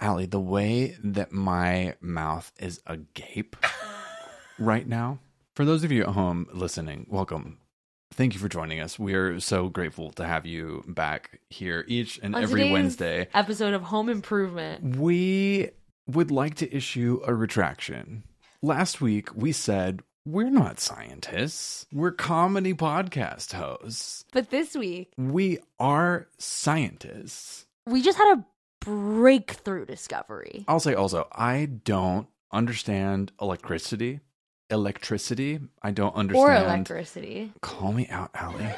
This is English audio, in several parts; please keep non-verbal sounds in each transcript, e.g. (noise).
Allie, the way that my mouth is (laughs) agape right now. For those of you at home listening, welcome. Thank you for joining us. We are so grateful to have you back here each and On every today's Wednesday. Episode of Home Improvement. We would like to issue a retraction. Last week, we said we're not scientists, we're comedy podcast hosts. But this week, We are scientists. we just had a breakthrough discovery. I'll say also, I don't understand electricity. Electricity, I don't understand. Or (laughs) electricity. Call me out, Allie.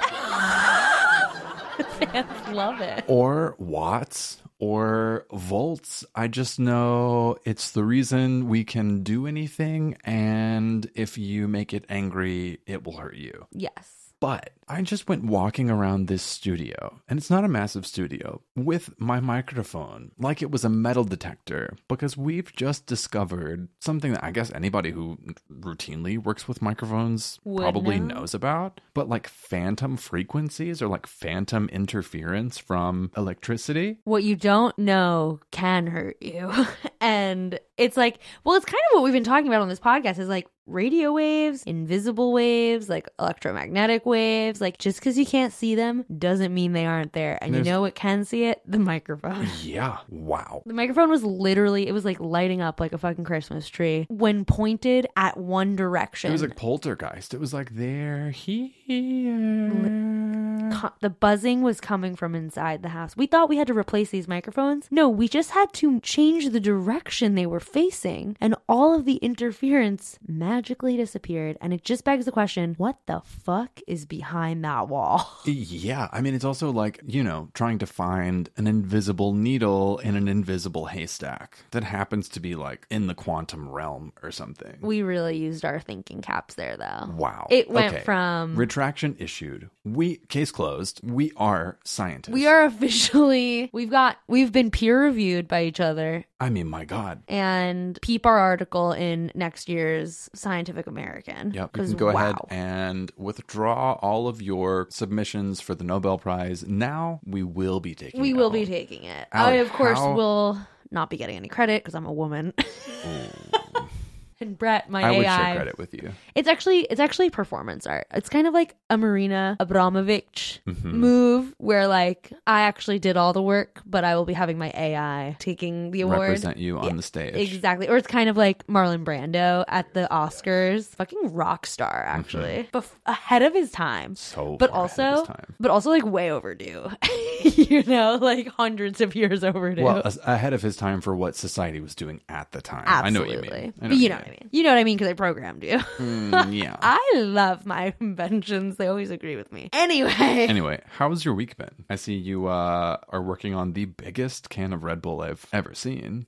Fans love it. or watts or volts. I just know it's the reason we can do anything. And if you make it angry, it will hurt you. Yes. But I just went walking around this studio, and it's not a massive studio, with my microphone like it was a metal detector because we've just discovered something that I guess anybody who routinely works with microphones Would probably know. knows about. But like phantom frequencies or like phantom interference from electricity. What you don't know can hurt you. (laughs) and it's like, well, it's kind of what we've been talking about on this podcast is like radio waves, invisible waves, like electromagnetic waves. Like just because you can't see them doesn't mean they aren't there. And There's- you know what can see it? The microphone. Yeah. Wow. The microphone was literally, it was like lighting up like a fucking Christmas tree when pointed at one direction. It was like poltergeist. It was like they're here. Co- the buzzing was coming from inside the house. We thought we had to replace these microphones. No, we just had to change the direction they were facing, and all of the interference magically disappeared. And it just begs the question what the fuck is behind that wall? (laughs) Yeah, I mean, it's also like, you know, trying to find an invisible needle in an invisible haystack that happens to be like in the quantum realm or something. We really used our thinking caps there, though. wow. It went Okay. from. retraction issued. We case closed. We are scientists. we are officially, we've got, we've been peer reviewed by each other I mean, my God. and peep our article in next year's Scientific American. Yep. You 'Cause can go ahead wow. and withdraw all of your submissions for the Nobel Prize. Now we will be taking. we it will home. be taking it. I, Allie, of course, how- will not be getting any credit because I'm a woman. (laughs) and Brett, my I would AI. share credit with you. It's actually it's actually performance art. It's kind of like a Marina Abramovich Mm-hmm. move where like I actually did all the work, but I will be having my AI taking the award. Represent you on the stage. Exactly. Or it's kind of like Marlon Brando at the Oscars. Fucking rock star, actually. Bef- ahead of his time. Mhm. So but far ahead also, of his time. but also like way overdue. (laughs) you know, like hundreds of years overdue. Well, as- ahead of his time for what society was doing at the time. Absolutely. I know what you mean. I but you know what I mean. You know what I mean because I programmed you. mean. Mm, yeah. (laughs) I love my inventions. They always agree with me. Anyway, Anyway, how's your week been? I see you uh, are working on the biggest can of Red Bull I've ever seen.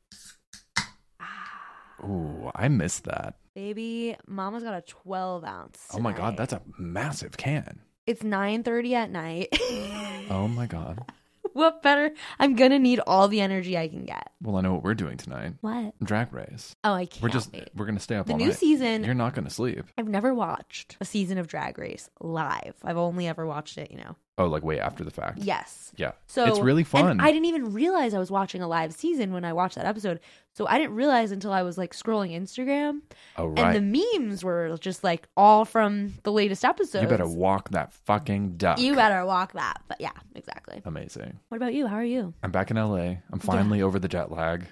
Ah. Ooh, I missed that. baby, Mama's got a 12 ounce. Oh my god, tonight. that's a massive can. it's 9:30 (laughs) at night. (laughs) Oh my god. what better? I'm gonna need all the energy I can get. Well, I know what we're doing tonight. What? Drag race. Oh, I can't. We're just wait. we're gonna stay up The all new night. season- You're not gonna sleep. I've never watched a season of Drag Race live. I've only ever watched it, you know. Oh, like way after the fact. Yes. Yeah. So it's really and fun. I didn't even realize I was watching a live season when I watched that episode. So I didn't realize until I was like scrolling Instagram oh right. and the memes were just like all from the latest episode. you better walk that fucking duck. You better walk that. But yeah, exactly. Amazing. What about you? How are you? I'm back in LA. I'm finally over the jet lag.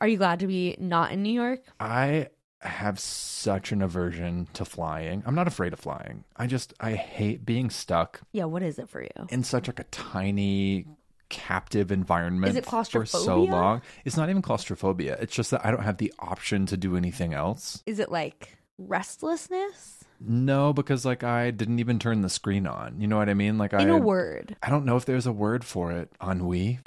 Are you glad to be not in New York? I have such an aversion to flying. I'm not afraid of flying. I just I hate being stuck Yeah, what is it for you? in such like a tiny captive environment Is it for so claustrophobia? long. It's not even claustrophobia. It's just that I don't have the option to do anything else. Is it like restlessness? No, because like I didn't even turn the screen on. You know what I mean? Like I In a word. (laughs) I don't know if there's a word for it. Ennui.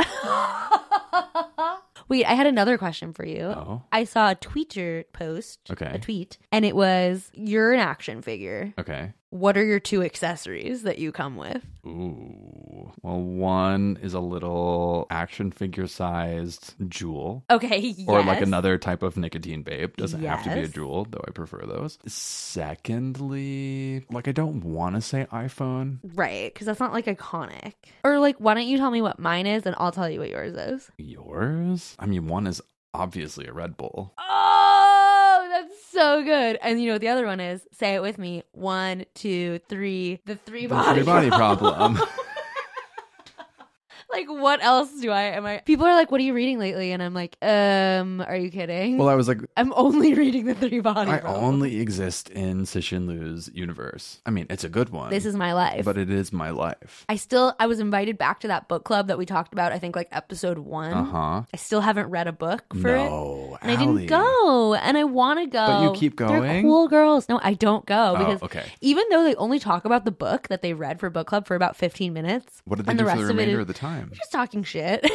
Wait, I had another question for you. Oh. I saw a tweeter post, Okay. a tweet, and it was you're an action figure. Okay. What are your two accessories that you come with? Ooh. Well, one is a little action figure sized jewel. Okay, (laughs) yes. or like another type of nicotine babe. Doesn't have to be a Yes. jewel, though I prefer those. Secondly, like I don't want to say iPhone. Right, because that's not like iconic. Or like, why don't you tell me what mine is and I'll tell you what yours is? Yours? I mean, one is obviously a Red Bull. Oh, that's so good. And you know what the other one is? Say it with me. One, two, three. The three The body, three body problem. (laughs) like what else do I am I People are like, What are you reading lately? And I'm like, um, are you kidding? Well, I was like, I'm only (laughs) reading the three body I problem. only exist in Sishin Lu's universe. I mean, it's a good one. This is my life. but it is my life. I still I was invited back to that book club that we talked about, I think like episode one. Uh huh. I still haven't read a book for it. No, And I didn't Allie. go, and I want to go. But you keep They're going? cool girls. No, I don't go Oh, because okay. even though they only talk about the book that they read for book club for about fifteen minutes, What did they and do the for the rest of it remainder is- of the time? just talking shit, (laughs)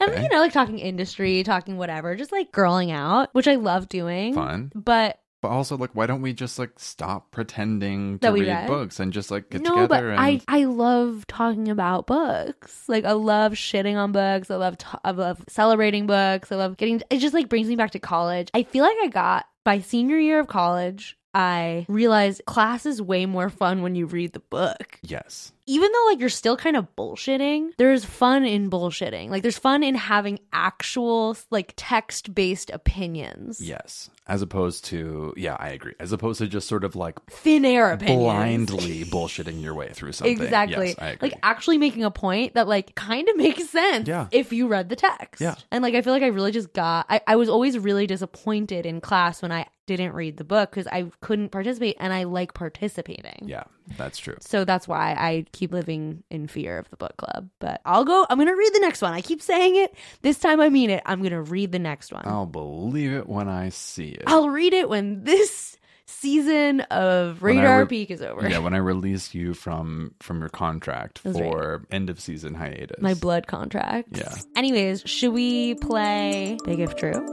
and Okay. you know, like talking industry, talking whatever, just like girling out, which I love doing. Fun. But But also, like, why don't we just like stop pretending to That we read read? books and just like get no, together but and I I love talking about books. Like I love shitting on books. I love ta- I love celebrating books. I love getting. It just like brings me back to college. I feel like I got by senior year of college. I realized class is way more fun when you read the book. yes, Even though like you're still kind of bullshitting, there's fun in bullshitting. Like there's fun in having actual like text-based opinions. yes, as opposed to yeah, I agree. As opposed to just sort of like Thin air opinions. blindly bullshitting your way through something. Exactly. Yes, I agree. like actually making a point that like kind of (laughs) makes sense Yeah. if you read the text. Yeah. And like I feel like I really just got I, I was always really disappointed in class when I didn't read the book because I couldn't participate and I like participating. yeah, that's true. So that's why I keep living in fear of the book club. But I'll go I'm gonna read the next one. I keep saying it. This time I mean it. I'm gonna read the next one. I'll believe it when I see it. I'll read it when this season of When I Radar re- Peak is over. yeah, when I release you from from your contract That's right. for end of season hiatus. My blood contract. Yeah. Anyways, should we play Big If True?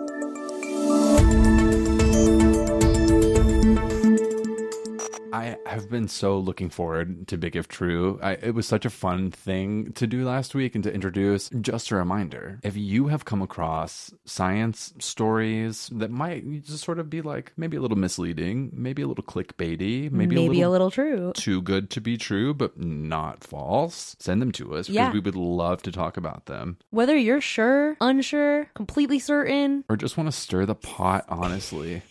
I have been so looking forward to Big If True. I, it was such a fun thing to do last week and to introduce. Just a reminder if you have come across science stories that might just sort of be like maybe a little misleading, maybe a little clickbaity, maybe, a little. true. too good to be true, but not false. Send them to us Yeah. because we would love to talk about them. Whether you're sure, unsure, completely certain, Or just want to stir the pot, (laughs) honestly.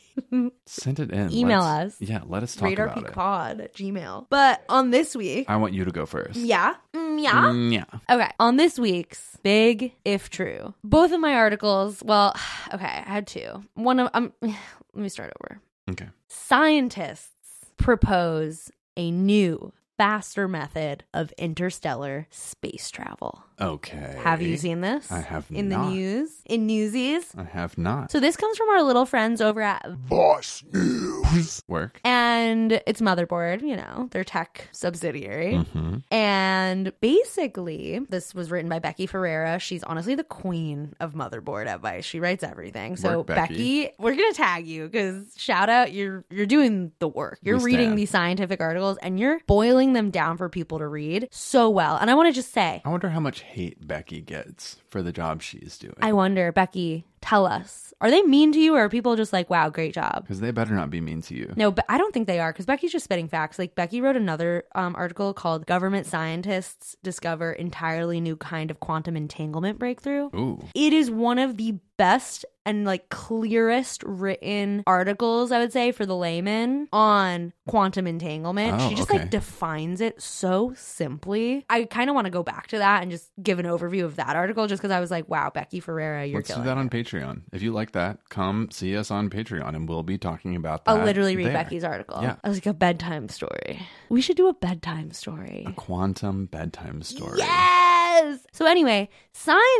Send it in. Email Let's- us. Yeah, let us talk radar about peak it. pod at Gmail. But on this week, I want you to go first. yeah, Mm, yeah. Mm, yeah. Okay, on this week's big if true, both of my articles. Well, (sighs) okay, I had two. One of um, (sighs) let me start over. Okay. Scientists propose a new, faster method of interstellar space travel. Okay. Have you seen this? I have in not. the news in Newsies. I have not. So this comes from our little friends over at Boss News. (laughs) Work. and it's Motherboard, you know, their tech subsidiary. Mm-hmm. And basically, this was written by Becky Ferreira. She's honestly the queen of motherboard advice. She writes everything. So Work, Becky. Becky. we're gonna tag you because shout out, you're you're doing the work. You're We reading stand. these scientific articles and you're boiling them down for people to read so well. And I want to just say, I wonder how much hate Becky gets for the job she's doing. I wonder, Becky, tell us, are they mean to you, or are people just like, wow, great job? Because they better not be mean to you. No, but I don't think they are because Becky's just spitting facts. Like Becky wrote another um, article called "Government Scientists Discover Entirely New Kind of Quantum Entanglement Breakthrough." Ooh. It is one of the best and like clearest written articles I would say for the layman on quantum entanglement. Oh, she just okay. like defines it so simply. I kind of want to go back to that and just give an overview of that article just because I was like, wow, Becky Ferreira, you're Let's do killing. that it. on Patreon. If you like that, come see us on Patreon and we'll be talking about that. I'll literally read there. Becky's article. Yeah. I was like a bedtime story. We should do a bedtime story. Quantum bedtime story. Yes. So anyway,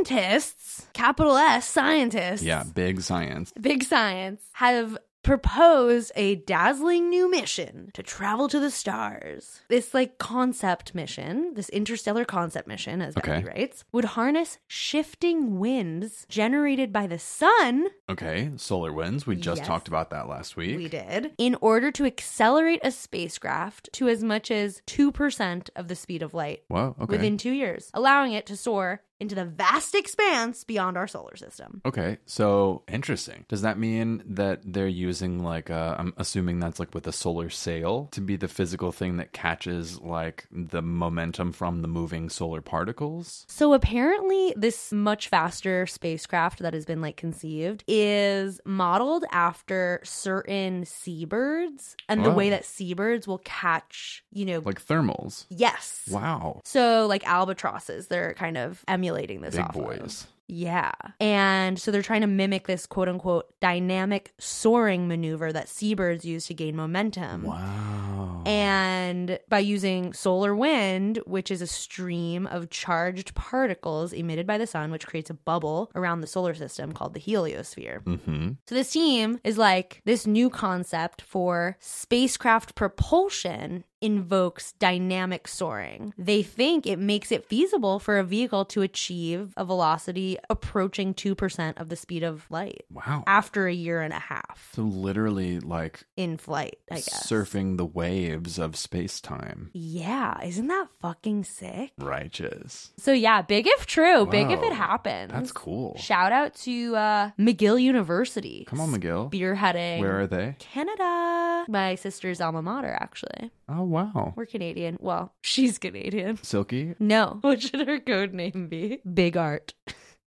scientists, capital S scientists, Yeah, big science. big science, have proposed a dazzling new mission to travel to the stars. This like concept mission, this interstellar concept mission, as Okay. Becky writes, would harness shifting winds generated by the sun Okay, solar winds. We just Yes. talked about that last week. We did. In order to accelerate a spacecraft to as much as 2% of the speed of light Whoa, okay. within two years, allowing it to soar into the vast expanse beyond our solar system. Okay, so interesting. Does that mean that they're using like i I'm assuming that's like with a solar sail to be the physical thing that catches like the momentum from the moving solar particles? So apparently, this much faster spacecraft that has been like conceived is modeled after certain seabirds and the Wow. way that seabirds will catch, you know, Oh. Like thermals. yes. Wow. So like albatrosses, they're kind of emulating this Big off of. boys. Yeah. And so they're trying to mimic this quote unquote dynamic soaring maneuver that seabirds use to gain momentum. Wow. Mm. And by using solar wind, which is a stream of charged particles emitted by the sun, which creates a bubble around the solar system called the heliosphere. mm-hmm. So, this team is like this new concept for spacecraft propulsion invokes dynamic soaring. They think it makes it feasible for a vehicle to achieve a velocity approaching 2% of the speed of light Wow. after a year and a half So literally like in flight, I guess. surfing the waves of space time. Yeah, isn't that fucking sick? Righteous. So yeah, big if true, big if Wow, it happens. That's cool. Shout out to uh, McGill University. Come on, McGill. Spearheading. Where are they? Canada. My sister's alma mater, actually. Oh wow. We're Canadian. Well, (laughs) she's Canadian. Silky, No. (laughs) What should her code name be? Big Art.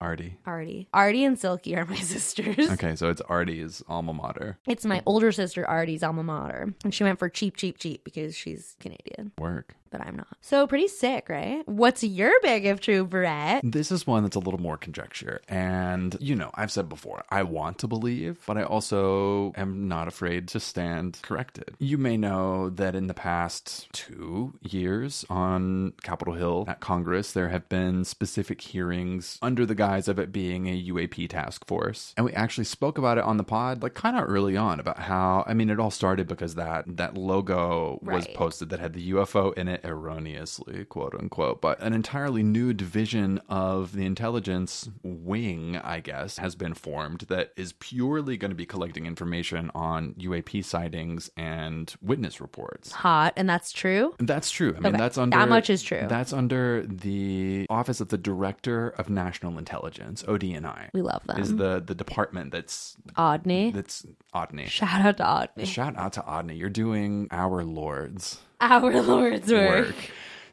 Artie. Artie. Artie and Silky are my (laughs) sisters. Okay, so it's Artie's alma mater. It's my older sister Artie's alma mater. And she went for cheap, cheap, cheap because she's Canadian, Work. but I'm not. So pretty sick, right? What's your big if true, Brett? This is one that's a little more conjecture. And, you know, I've said before, I want to believe, but I also am not afraid to stand corrected. You may know that in the past two years on Capitol Hill at Congress, there have been specific hearings under the guise of it being a UAP task force. And we actually spoke about it on the pod, like kind of early on, about how, I mean, it all started because that, that logo was Right. posted posted that had the UFO in it erroneously, quote unquote. But an entirely new division of the intelligence wing, I guess, has been formed that is purely going to be collecting information on UAP sightings and witness reports. Hot, and that's true. That's true. I mean, Okay. that's That under much is true. That's under the Office of the Director of National Intelligence, ODNI, We love them. is the the department that's Odney. that's Odney. Shout out to Odney. Shout out to Odney. You're doing our lords (laughs) Our Lord's work. work.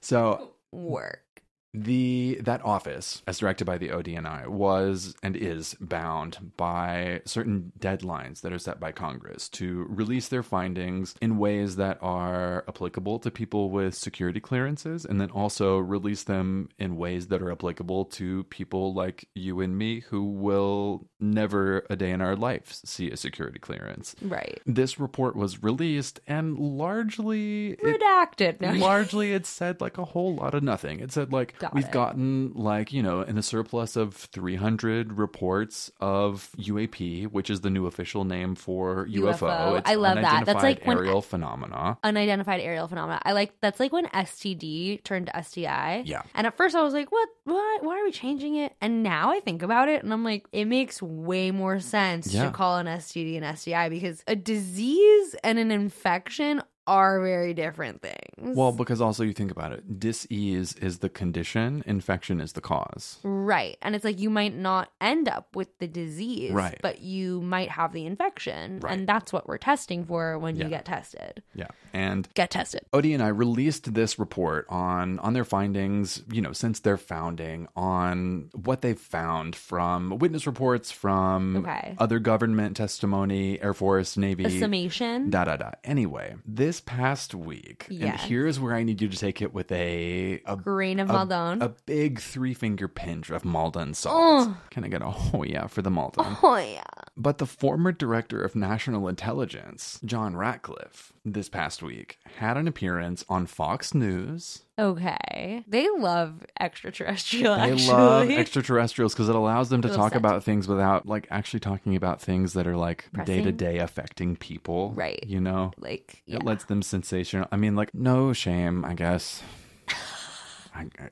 So Work. the that office as directed by the ODNI was and is bound by certain deadlines that are set by Congress to release their findings in ways that are applicable to people with security clearances and then also release them in ways that are applicable to people like you and me who will never a day in our lives see a security clearance. Right. This report was released and largely it- Redacted. No. largely it said like a whole lot of nothing it said like Got we've it. gotten like you know in a surplus of 300 reports of uap which is the new official name for ufo, UFO. I love that. That's like unidentified when- aerial phenomena Unidentified aerial phenomena. I like that's like when STD turned to STI. Yeah. And at first I was like, what? Why? Why are we changing it? And now I think about it, and I'm like, it makes way more sense Yeah. to call an STD an STI because a disease and an infection are very different things. well because also you think about it disease is the condition infection is the cause Right. And it's like you might not end up with the disease, Right. but you might have the infection. Right. And that's what we're testing for when Yeah. you get tested. yeah and Get tested. Odie and I released this report on on their findings, you know, since their founding, on what they've found from witness reports, from Okay. other government testimony, Air Force, A Navy, summation. da da da. Anyway, this past week, Yeah. and here's where I need you to take it with a a, grain of Maldon. a big three finger pinch of Malden salt. Can I get a oh yeah for the Malden? (laughs) oh, yeah. But the former director of national intelligence, John Ratcliffe, this past week had an appearance on Fox News. Okay. They love extraterrestrial, They actually. love extratraterreals because it allows them to Little talk sect. about things without like actually talking about things that are like Pressing. day to day affecting people. Right. You know, (laughs) like, yeah. it lets them sensational. I mean, like, no shame, I guess. (sighs) I, I-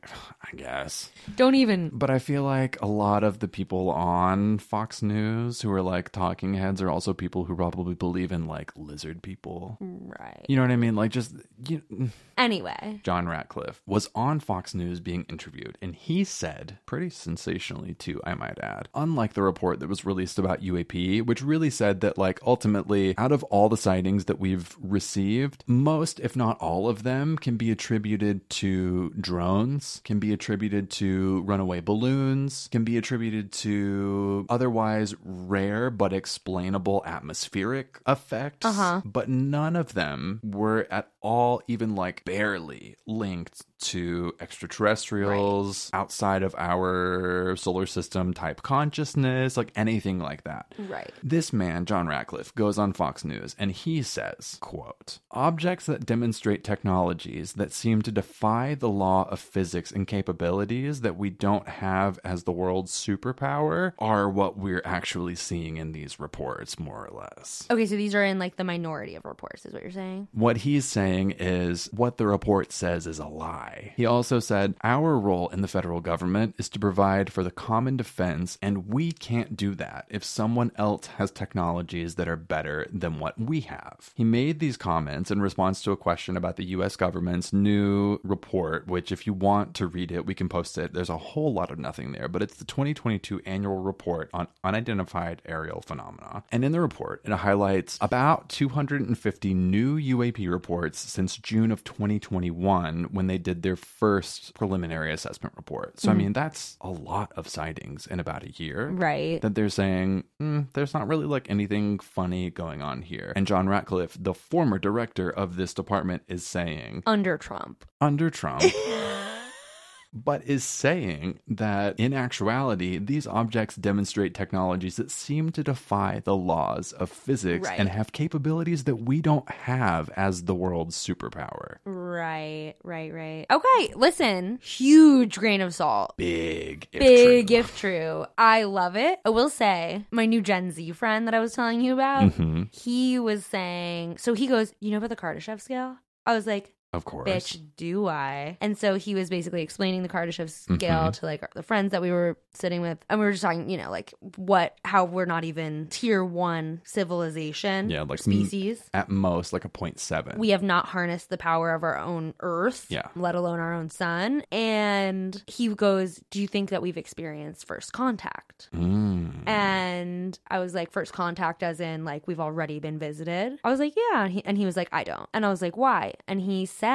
I guess. Don't even. But I feel like a lot of the people on Fox News who are like talking heads are also people who probably believe in like lizard people. Right. You know what I mean? Like just you, Anyway. John Ratcliffe was on Fox News being interviewed, and he said, pretty sensationally too, I might add, unlike the report that was released about UAP, E, which really said that, like, ultimately, out of all the sightings that we've received, most, if not all of them, can be attributed to drones, can be attributed to runaway balloons, can be attributed to otherwise rare but explainable atmospheric effects Uh-huh. but none of them were at all even like barely linked to extraterrestrials outside of our solar system type consciousness like anything like that Right. this man john ratcliffe goes on fox news and he says quote objects that demonstrate technologies that seem to defy the law of physics and capabilities that we don't have as the world's superpower are what we're actually seeing in these reports more or less Okay, so these are in like the minority of reports, is what you're saying? what he's saying is what the report says is a lie. He also said, Our role in the federal government is to provide for the common defense, and we can't do that if someone else has technologies that are better than what we have. He made these comments in response to a question about the US government's new report, which, if you want to read it, we can post it. There's a whole lot of nothing there, but it's the 2022 annual report on unidentified aerial phenomena. And in the report, it highlights about 250 new UAP reports since June of 2021 when they did their first preliminary assessment report. So, I mean, that's a lot of sightings in about a year Right. that they're saying "Mm, there's not really like anything funny going on here. And John Ratcliffe, the former director of this department, is saying Under Trump. under Trump. But is saying that in actuality, these objects demonstrate technologies that seem to defy the laws of physics Right. and have capabilities that we don't have as the world's superpower. Right, right, right. Okay, listen. Huge grain of salt. Big, if Big true. if true. I love it. I will say, my new Gen Z friend that I was telling you about, Mhm. he was saying, so he goes, You know about the Kardashev scale? I was like, of course. Bitch, do I? And so he was basically explaining the Kardashev scale Mm-hmm. to like the friends that we were sitting with. And we were just talking, you know, like what, how we're not even tier one civilization Yeah, like, mm, species. At most, like a point seven. we have not harnessed the power of our own earth, Yeah. let alone our own sun. And he goes, Do you think that we've experienced first contact? Mm. And I was like, First contact, as in, like, we've already been visited. I was like, Yeah. And he, and he was like, I don't. And I was like, Why? And he said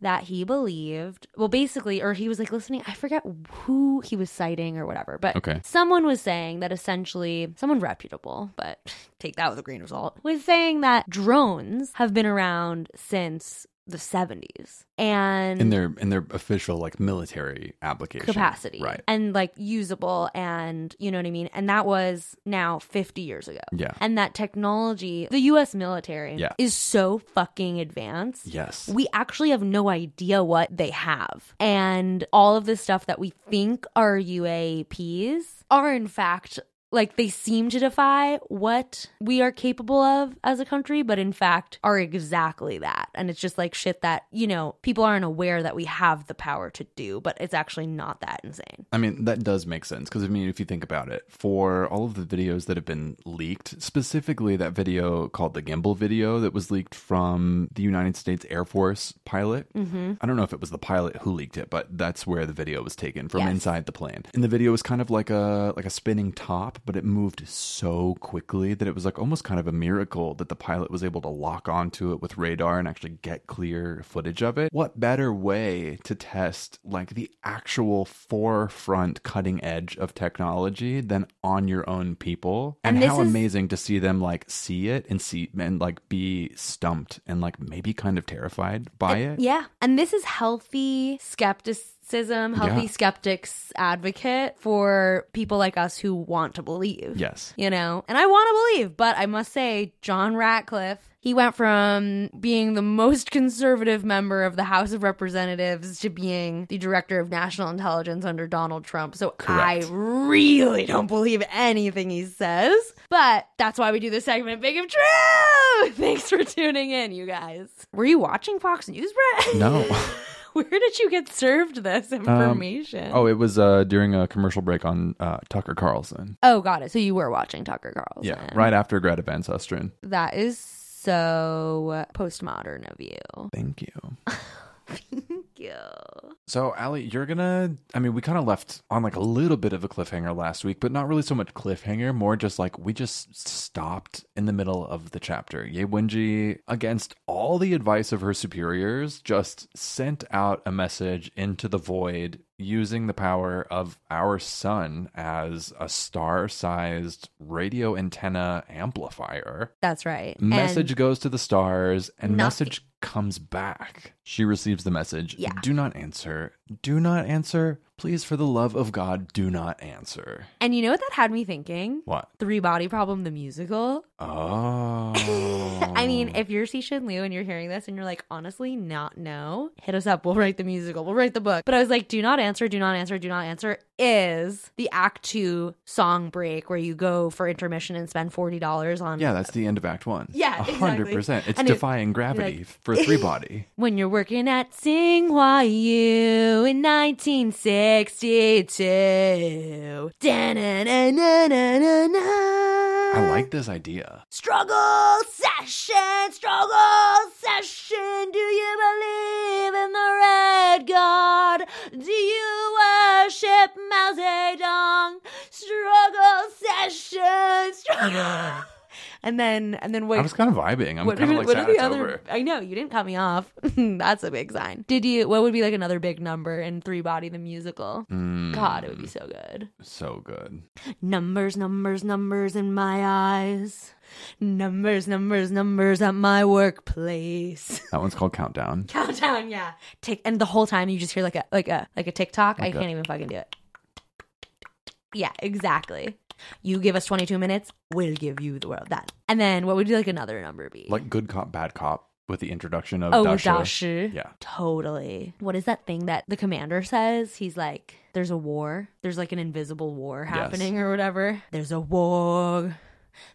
that he believed, well, basically, or he was like listening, I forget who he was citing or whatever, but Okay. someone was saying that essentially someone reputable but (laughs) take that with a grain of salt was saying that drones have been around since the 70s and in their in their official like military application capacity right? and like usable and you know what i mean and that was now 50 years ago Yeah. and that technology the us military Yeah. is so fucking advanced Yes. we actually have no idea what they have. And all of the stuff that we think are UAPs are, in fact, like they seem to defy what we are capable of as a country, but in fact are exactly that. And it's just like shit that, you know, people aren't aware that we have the power to do, but it's actually not that insane. I mean, that does make sense because I mean, if you think about it, for all of the videos that have been leaked, specifically that video called the gimbal video that was leaked from the United States Air Force pilot. Mm-hmm. I don't know if it was the pilot who leaked it, but that's where the video was taken from Yes. inside the plane. And the video was kind of like a like a spinning top, but it moved so quickly that it was like almost kind of a miracle that the pilot was able to lock onto it with radar and actually get clear footage of it. What better way to test like the actual forefront cutting edge of technology than on your own people? And, And this how is- amazing to see them like see it and see and like be stumped and like maybe kind of terrified by it. Yeah. And this is healthy skepticism, healthy Yeah. skeptics advocate for people like us who want to believe. Yes. You know, and I want to believe, but I must say, John Ratcliffe, he went from being the most conservative member of the House of Representatives to being the director of national intelligence under Donald Trump. So Correct. I really don't believe anything he says, but that's why we do this segment, Big of (laughs) True. Thanks for tuning in, you guys. Were you watching Fox News, Brett? (laughs) No. Um, Where did you get served this information? Oh, it was uh, during a commercial break on uh, Tucker Carlson. Oh, got it. So you were watching Tucker Carlson. Yeah, right after Greta Van Susteren. That is so postmodern of you. Thank you. Thank you. So, Ali, you're gonna. I mean, we kind of left on like a little bit of a cliffhanger last week, but not really so much cliffhanger. More just like we just stopped in the middle of the chapter. Ye Wenji, against all the advice of her superiors, just sent out a message into the void using the power of our sun as a star-sized radio antenna amplifier. That's right. And- Message goes to the stars and Nothing. message comes back. She receives the message. Yeah. Do not answer. Do not answer. Please, for the love of God, do not answer. and you know what that had me thinking? What? Three Body Problem, the musical. Oh. (laughs) I mean, if you're Sisha and Liu and you're hearing this and you're like, honestly, not no, hit us up. We'll write the musical. We'll write the book. But I was like, do not answer, do not answer, do not answer is the act two song break where you go for intermission and spend $40 on. Oh. yeah, that's the end of Act One. Yeah, A hundred exactly. percent. It's And it- defying (laughs) gravity for three body. When you're working at Tsinghua U in 1962. Da-na-na-na-na-na-na. I like this idea. Struggle session, struggle session. Do you believe in the red god? Do you worship Mao Zedong? Struggle session, (laughs) struggle. And then, and then wait. I was kind of vibing. I'm what kind of like what sad are the it's other? over. I know you didn't cut me off. (laughs) That's a big sign. Did you? What would be like another big number in Three Body the musical? Mm, God, it would be so good. so good. Numbers, numbers, numbers in my eyes. Numbers, numbers, numbers at my workplace. (laughs) That one's called Countdown. Countdown, yeah. Tick, and the whole time you just hear like a like a like a TikTok. I Like a- can't even fucking do it. Yeah, exactly. You give us 22 minutes, we'll give you the world. That. And then what would you like another number be? Like Good Cop, Bad Cop with the introduction of oh, Dasha. dashi. Yeah. Totally. What is that thing that the commander says? He's like, there's a war. There's like an invisible war Yes. happening or whatever. There's a war.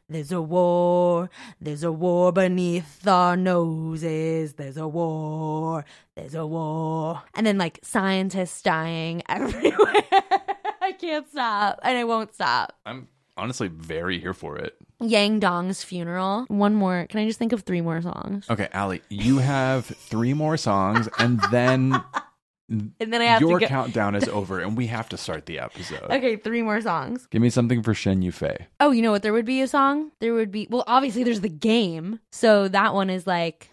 There's a war. There's a war beneath our noses. There's a war. There's a war. And then like scientists dying (laughs) everywhere. I can't stop and I won't stop. I'm honestly very here for it. Yang Dong's funeral. One more. Can I just think of three more songs? Okay, Ali, you have three more songs, and (laughs) then And then I have your to go. countdown (laughs) is over, and we have to start the episode. okay, three more songs. Give me something for Shen Yufei. Oh, you know what? There would be a song. There would be, well, obviously, there's the game. So that one is like,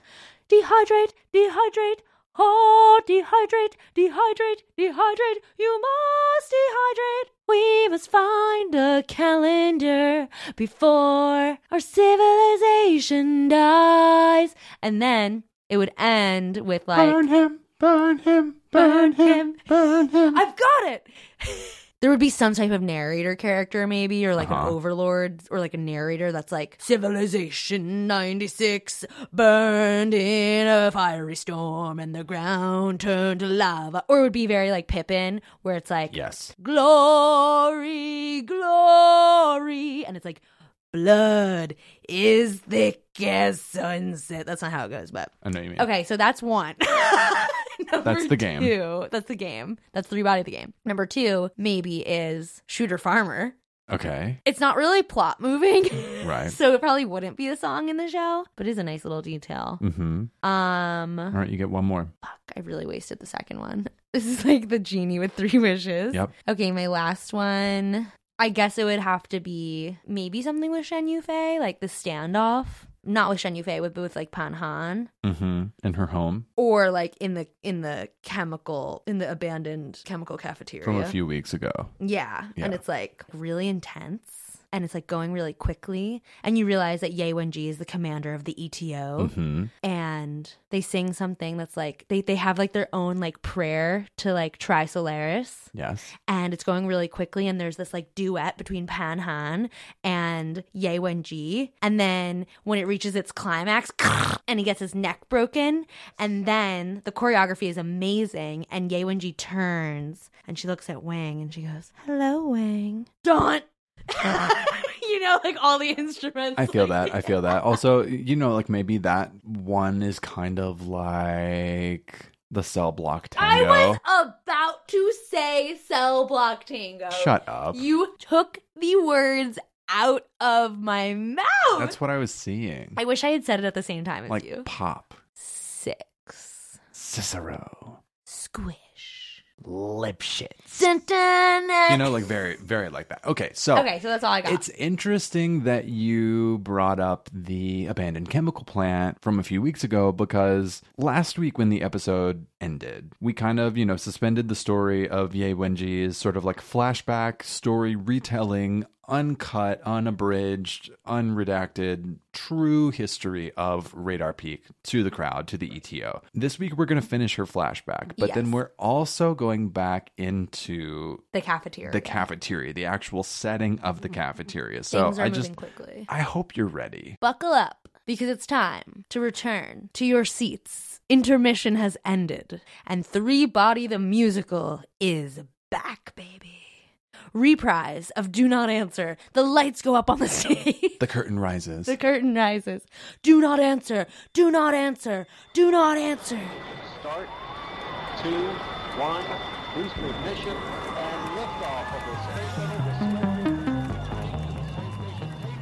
dehydrate, dehydrate, oh, dehydrate, dehydrate, dehydrate, you must dehydrate. We must find a calendar before our civilization dies. And then it would end with like, him, burn him, burn him, burn him. I've got it. (laughs) There would be some type of narrator character, maybe, or like Uh-huh. an overlord, or like a narrator that's like, Civilization 96 burned in a fiery storm and the ground turned to lava. Or it would be very like Pippin, where it's like, Yes. Glory, glory. And it's like, Blood is thick as sunset. That's not how it goes, but. I know what you mean. Okay, so that's (laughs) one. Number That's the game. Two, that's the game. That's three body of the game. Number two, maybe is shooter farmer. Okay. It's not really plot moving, (laughs) Right. so it probably wouldn't be a song in the show, but it is a nice little detail. Mm-hmm. All Um, right, you get one more. fuck, I really wasted the second one. (laughs) This is like the genie with three wishes. Yep. Okay, my last one. I guess it would have to be maybe something with Shen Yufei, like the standoff. Not with Shen Yufei, with- but with like Pan Han Mm-hmm. In her home or like in the in the chemical in the abandoned chemical cafeteria from a few weeks ago. yeah. and Yeah. it's like really intense and it's like going really quickly and you realize that Ye Wen Ji is the commander of the ETO Mm-hmm. and they sing something that's like they they have like their own like prayer to like try Solaris Yes. and it's going really quickly and there's this like duet between Pan Han and Ye Wen Ji and then when it reaches its climax (laughs) and he gets his neck broken and then the choreography is amazing and Ye Wen Ji turns and she looks at Wang and she goes hello Wang don't (laughs) you know like all the instruments I feel like- that. (laughs) I feel that. Also, you know, like maybe that one is kind of like The cell block I tango. was about to say cell block tango. Shut up. You took the words out of my mouth. That's what I was seeing. I wish I had said it at the same time as like you. pop, Six. Cicero, Squish. Lipschitz. Dun, dun, dun. You know, like very, very like that. Okay, so okay, so that's all I got. It's interesting that you brought up the abandoned chemical plant from a few weeks ago because last week when the episode ended, we kind of, you know, suspended the story of Ye Wenji's sort of like flashback story retelling, uncut, unabridged, unredacted, true history of Radar Peak to the crowd, to the ETO. This week we're going to finish her flashback, but then Yes. we're also going back into the cafeteria. the cafeteria, the actual setting of the cafeteria. So Mm-hmm. Things are I moving just, quickly. I hope you're ready. Buckle up because it's time to return. to your seats. Intermission has ended, and Three Body the Musical is back, baby. Reprise of Do Not Answer. The lights go up on the (laughs) stage. The curtain rises. The curtain rises. Do not answer. Do not answer. Do not answer. Start, two, one, boost for ignition, and liftoff of the Space Shuttle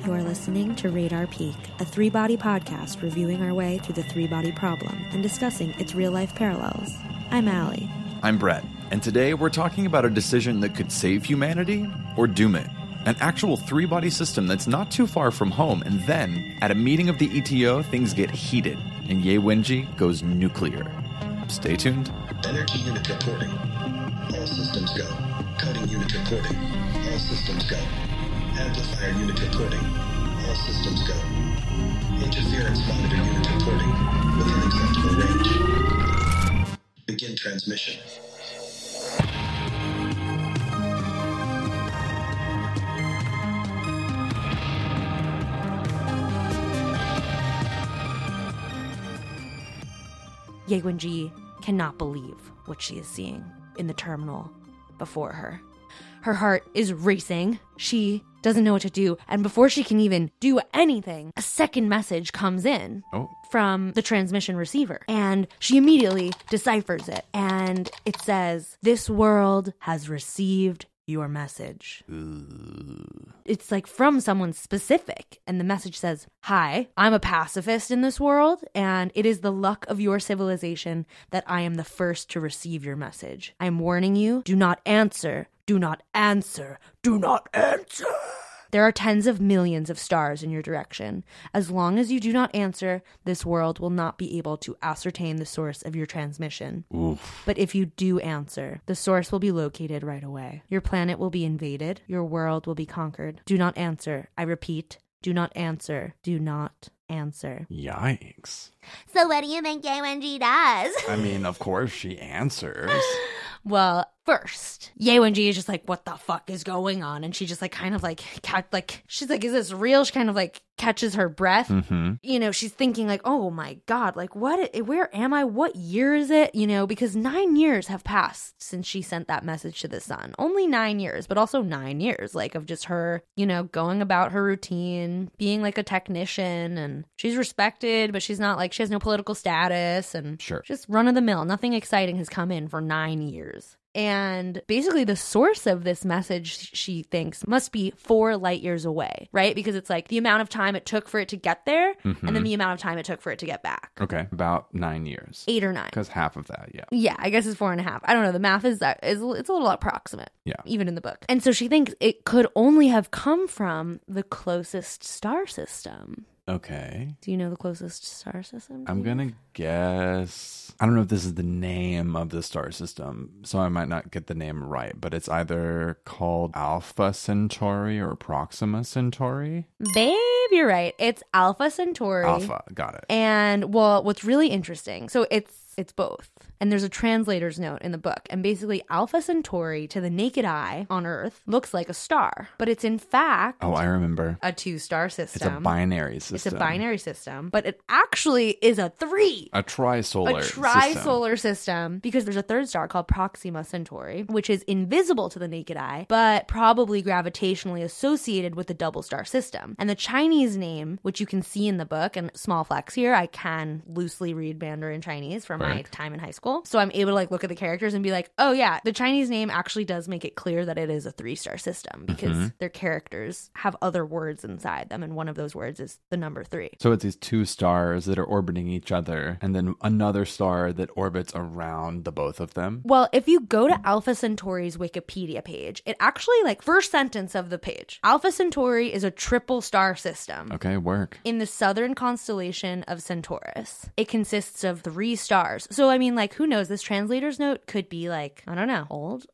You're listening to Radar Peak, a three body podcast reviewing our way through the three body problem and discussing its real life parallels. I'm Allie. I'm Brett, and today we're talking about a decision that could save humanity or doom it. An actual three body system that's not too far from home, and then, at a meeting of the ETO, things get heated, and Ye Wenji goes nuclear. Stay tuned. Energy unit reporting. All systems go. Coding unit reporting. All systems go. Amplifier unit reporting. All systems go. Interference monitor unit reporting. Within acceptable range. Begin transmission. Ye Ji cannot believe what she is seeing in the terminal before her. Her heart is racing. She doesn't know what to do. And before she can even do anything, a second message comes in Oh. from the transmission receiver. And she immediately deciphers it. And it says, This world has received your message. It's like from someone specific. And the message says, Hi, I'm a pacifist in this world. And it is the luck of your civilization that I am the first to receive your message. I'm warning you do not answer. Do not answer. Do not answer. There are tens of millions of stars in your direction. As long as you do not answer, this world will not be able to ascertain the source of your transmission. But if you do answer, the source will be located right away. Your planet will be invaded. Your world will be conquered. Do not answer. I repeat, do not answer. Do not answer. Yikes. So what do you think JNG does? I mean, of course she answers. (gasps) Well, first, Yewenji is just like, what the fuck is going on? And she just like kind of like, ca- like she's like, is this real? She kind of like catches her breath. hmm you know she's thinking like oh my god like what where am i what year is it you know because nine years have passed since she sent that message to the sun only nine years but also nine years like of just her you know going about her routine being like a technician and she's respected but she's not like she has no political status and Sure. just run of the mill nothing exciting has come in for nine years and basically, the source of this message, she thinks, must be four light years away, right? Because it's like the amount of time it took for it to get there Mm-hmm. and then the amount of time it took for it to get back. Okay. About nine years. Eight or nine. Because half of that, yeah. Yeah, I guess it's four and a half. I don't know. The math is that is it's a little approximate. Yeah. even in the book. And so she thinks it could only have come from the closest star system. Okay. Do you know the closest star system? I'm going to guess. I don't know if this is the name of the star system, so I might not get the name right, but it's either called Alpha Centauri or Proxima Centauri. babe. You're right. It's Alpha Centauri. Alpha. Got it. And well, what's really interesting, so it's it's both. And there's a translator's note in the book. And basically Alpha Centauri to the naked eye on Earth looks like a star, but it's in fact oh, I remember. a two-star It's a system. binary system. It's a binary system, but it actually is a 3. A trisolar. a system. tri-solar system. because there's a third star called Proxima Centauri, which is invisible to the naked eye, but probably gravitationally associated with the double star system. And the Chinese name, which you can see in the book, and small flex here, I can loosely read Mandarin Chinese from my Right. time in high circle. So I'm able to like look at the characters and be like, oh yeah, the Chinese name actually does make it clear that it is a three star system because their characters have other words inside them. And one of those words is the number three. So it's these two stars that are orbiting each other, and then another star that orbits around the both of them. Well, if you go to Alpha Centauri's Wikipedia page, it actually like first sentence of the page. Alpha Centauri is a triple star system. Okay, work. in the southern constellation of Centaurus. It consists of three stars. So, I mean, like, who knows? This translator's note could be like, I don't know, old.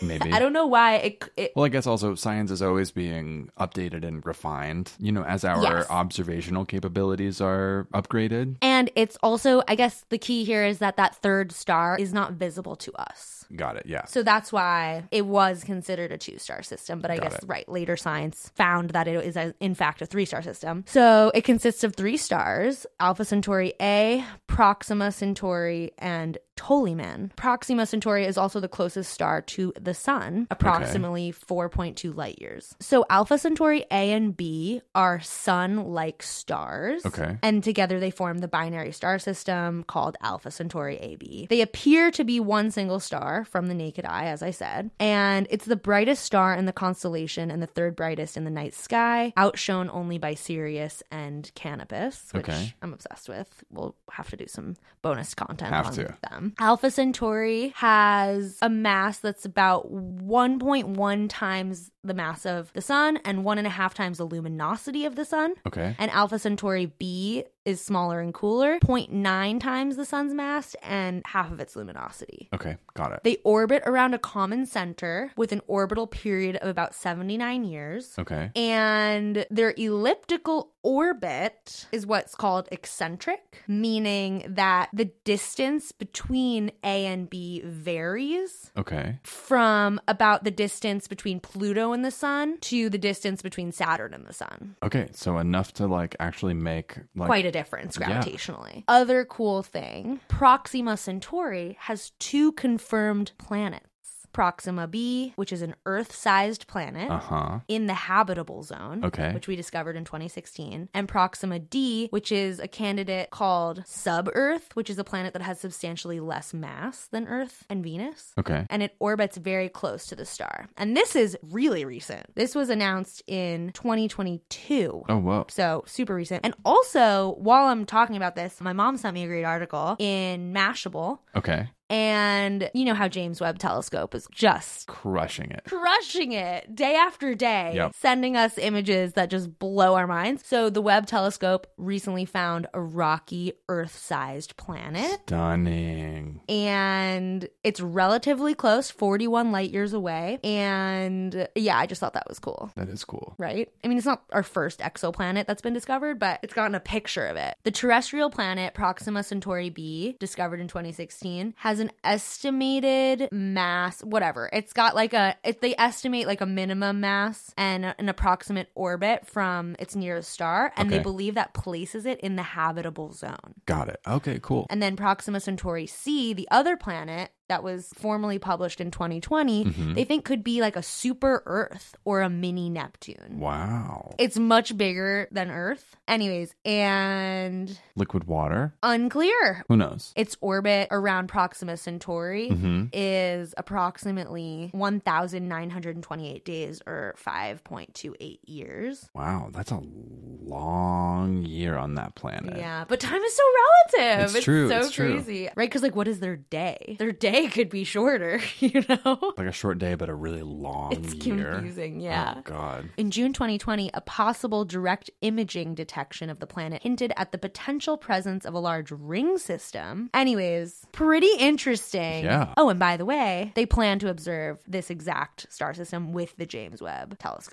Maybe. (laughs) I don't know why it. it Well, I guess also science is always being updated and refined, you know, as our Yes. observational capabilities are upgraded. and it's also, I guess, the key here is that that third star is not visible to us. Got it, yeah. So that's why it was considered a two star system. But I guess, right, later science found that it is, uh, in fact, a three star system. So it consists of three stars Alpha Centauri A, Proxima Centauri, and Ptolemy. Proxima Centauri is also the closest star to the sun, approximately 4.2 light years. So Alpha Centauri A and B are sun like stars. Okay. And together they form the binary star system called Alpha Centauri AB. They appear to be one single star from the naked eye, as I said, and it's the brightest star in the constellation and the third brightest in the night sky, outshone only by Sirius and Canopus, which Okay. I'm obsessed with. We'll have to do some bonus content Have on to. them. Alpha Centauri has a mass that's about 1.1 times the mass of the sun and one and a half times the luminosity of the sun. Okay. And Alpha Centauri B is smaller and cooler, 0.9 times the sun's mass and half of its luminosity. Okay, got it. They orbit around a common center with an orbital period of about 79 years. Okay. And their elliptical orbit is what's called eccentric, meaning that the distance between A and B varies Okay. from about the distance between Pluto and the sun to the distance between Saturn and the sun. Okay, so enough to like actually make like Quite a difference Yeah. gravitationally. Other cool thing Proxima Centauri has two confirmed planets Proxima b, which is an Earth sized planet. Uh-huh. in the habitable zone, Okay. which we discovered in 2016, and Proxima D, which is a candidate called Sub Earth, which is a planet that has substantially less mass than Earth and Venus. Okay. And it orbits very close to the star. And this is really recent. This was announced in 2022. Oh, whoa. So super recent. And also, while I'm talking about this, my mom sent me a great article in Mashable. Okay. And you know how James Webb Telescope is just Crushing it. crushing it day after day, Yep. sending us images that just blow our minds. So, the Webb telescope recently found a rocky Earth sized planet. Stunning. And it's relatively close, 41 light years away. And yeah, I just thought that was cool, That is cool. right? I mean, it's not our first exoplanet that's been discovered, but it's gotten a picture of it. The terrestrial planet Proxima Centauri b, discovered in 2016, has an estimated mass, whatever. It's got like a, it, they estimate like a minimum mass and a- an approximate orbit from its nearest star, and Okay. they believe that places it in the habitable zone. Got it. Okay, cool. And then Proxima Centauri C, the other planet that was formally published in 2020, they think could be like a super Earth or a mini Neptune. wow. It's much bigger than Earth. Anyways, and Liquid water? unclear. Who knows? Its orbit around Proxima Centauri Mm-hmm. is approximately 1,928 days or 5.28 years. Wow, that's a long year on that planet. Yeah, but time is so relative. It's true, so it's true. crazy. Right? Because, like, what is their day? Their (laughs) day could be shorter, (laughs) you know? Like a short day, but a really long It's year. confusing, yeah. Oh, God. In June 2020, a possible direct imaging detection of the planet hinted at the potential presence of a large ring system. Anyways, pretty interesting. Yeah. Oh, and by the way, they plan to observe this exact star system with the James Webb telescope.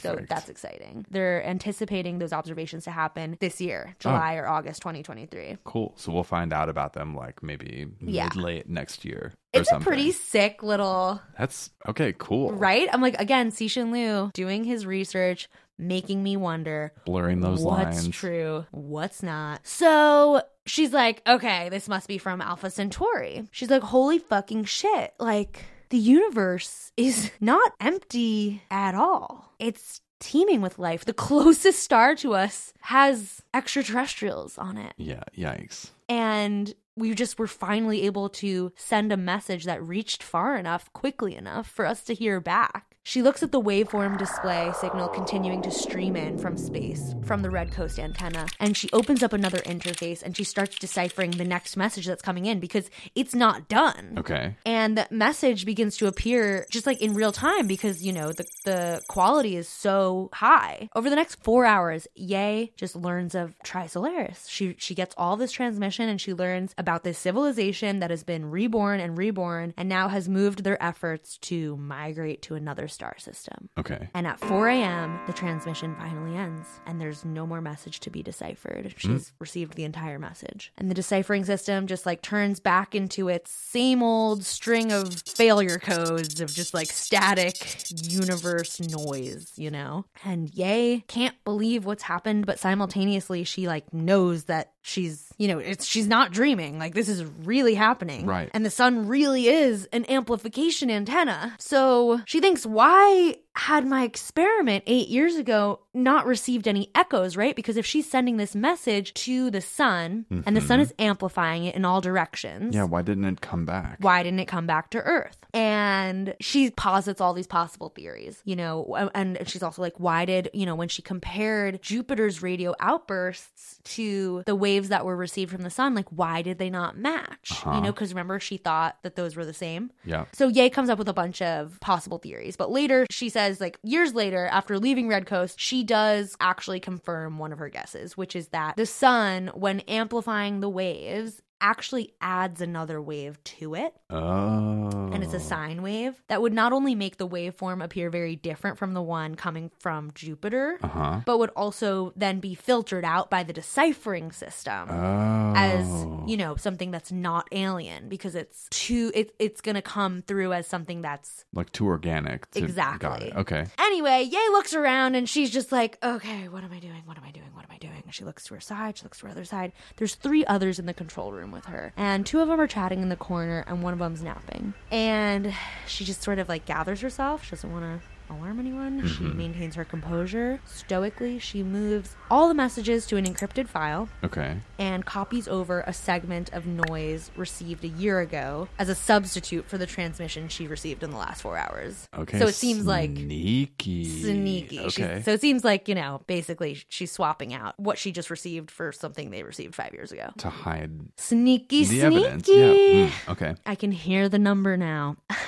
So Perfect. that's exciting. They're anticipating those observations to happen this Oh. year, July or August 2023. Cool. So we'll find out about them like maybe Yeah. mid late next year. Or It's a something. pretty sick little That's okay, cool. right. I'm like again, Sishin Liu doing his research, making me wonder Blurring those what's lines. true, what's not. So she's like, okay, this must be from Alpha Centauri. She's like, holy fucking shit. Like, the universe is (laughs) not empty at all. It's teeming with life. The (laughs) closest star to us has extraterrestrials on it. Yeah, yikes. And we just were finally able to send a message that reached far enough, quickly enough for us to hear back. She looks at the waveform display signal continuing to stream in from space from the Red Coast antenna, and she opens up another interface and she starts deciphering the next message that's coming in because it's not done. Okay. And that message begins to appear just like in real time because, you know, the, the quality is so high. Over the next four hours, Yay just learns of Trisolaris. She she gets all this transmission and she learns about this civilization that has been reborn and reborn and now has moved their efforts to migrate to another star system. Okay. And at 4 a.m., the transmission finally ends, and there's no more message to be deciphered. She's Hmm. received the entire message. And the deciphering system just like turns back into its same old string of failure codes of just like static universe noise, you know? And yay, can't believe what's happened, but simultaneously, she like knows that she's, you know, it's she's not dreaming. Like this is really happening. Right. And the sun really is an amplification antenna. So she thinks, why had my experiment eight years ago not received any echoes, right? Because if she's sending this message to the sun and the sun is amplifying it in all directions. Yeah, why didn't it come back? Why didn't it come back to Earth? And she posits all these possible theories, you know, and she's also like, why did, you know, when she compared Jupiter's radio outbursts to the waves that were received from the sun, like, why did they not match? You know, because remember, she thought that those were the same. Yeah. So Ye comes up with a bunch of possible theories, but later she says, like years later, after leaving Red Coast, she does actually confirm one of her guesses, which is that the sun, when amplifying the waves, actually adds another wave to it Oh. and it's a sine wave that would not only make the waveform appear very different from the one coming from Jupiter, Uh-huh. but would also then be filtered out by the deciphering system Oh. as you know something that's not alien because it's too it, it's gonna come through as something that's like too organic. To, Got Exactly. it. Okay. anyway yay looks around and she's just like okay what am i doing what am i doing what am i doing she looks to her side she looks to her other side there's three others in the control room with her and two of them are chatting in the corner and one of them's napping and she just sort of like gathers herself she doesn't want to alarm anyone she maintains her composure stoically she moves all the messages to an encrypted file Okay. and copies over a segment of noise received a year ago as a substitute for the transmission she received in the last four hours. Okay. So it seems like sneaky. sneaky. She's- Okay. so it seems like, you know, basically she's swapping out what she just received for something they received five years ago. to hide Sneaky, the sneaky. evidence. Yeah. Mm, Okay. I can hear the number now. (laughs)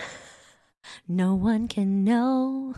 no one can know.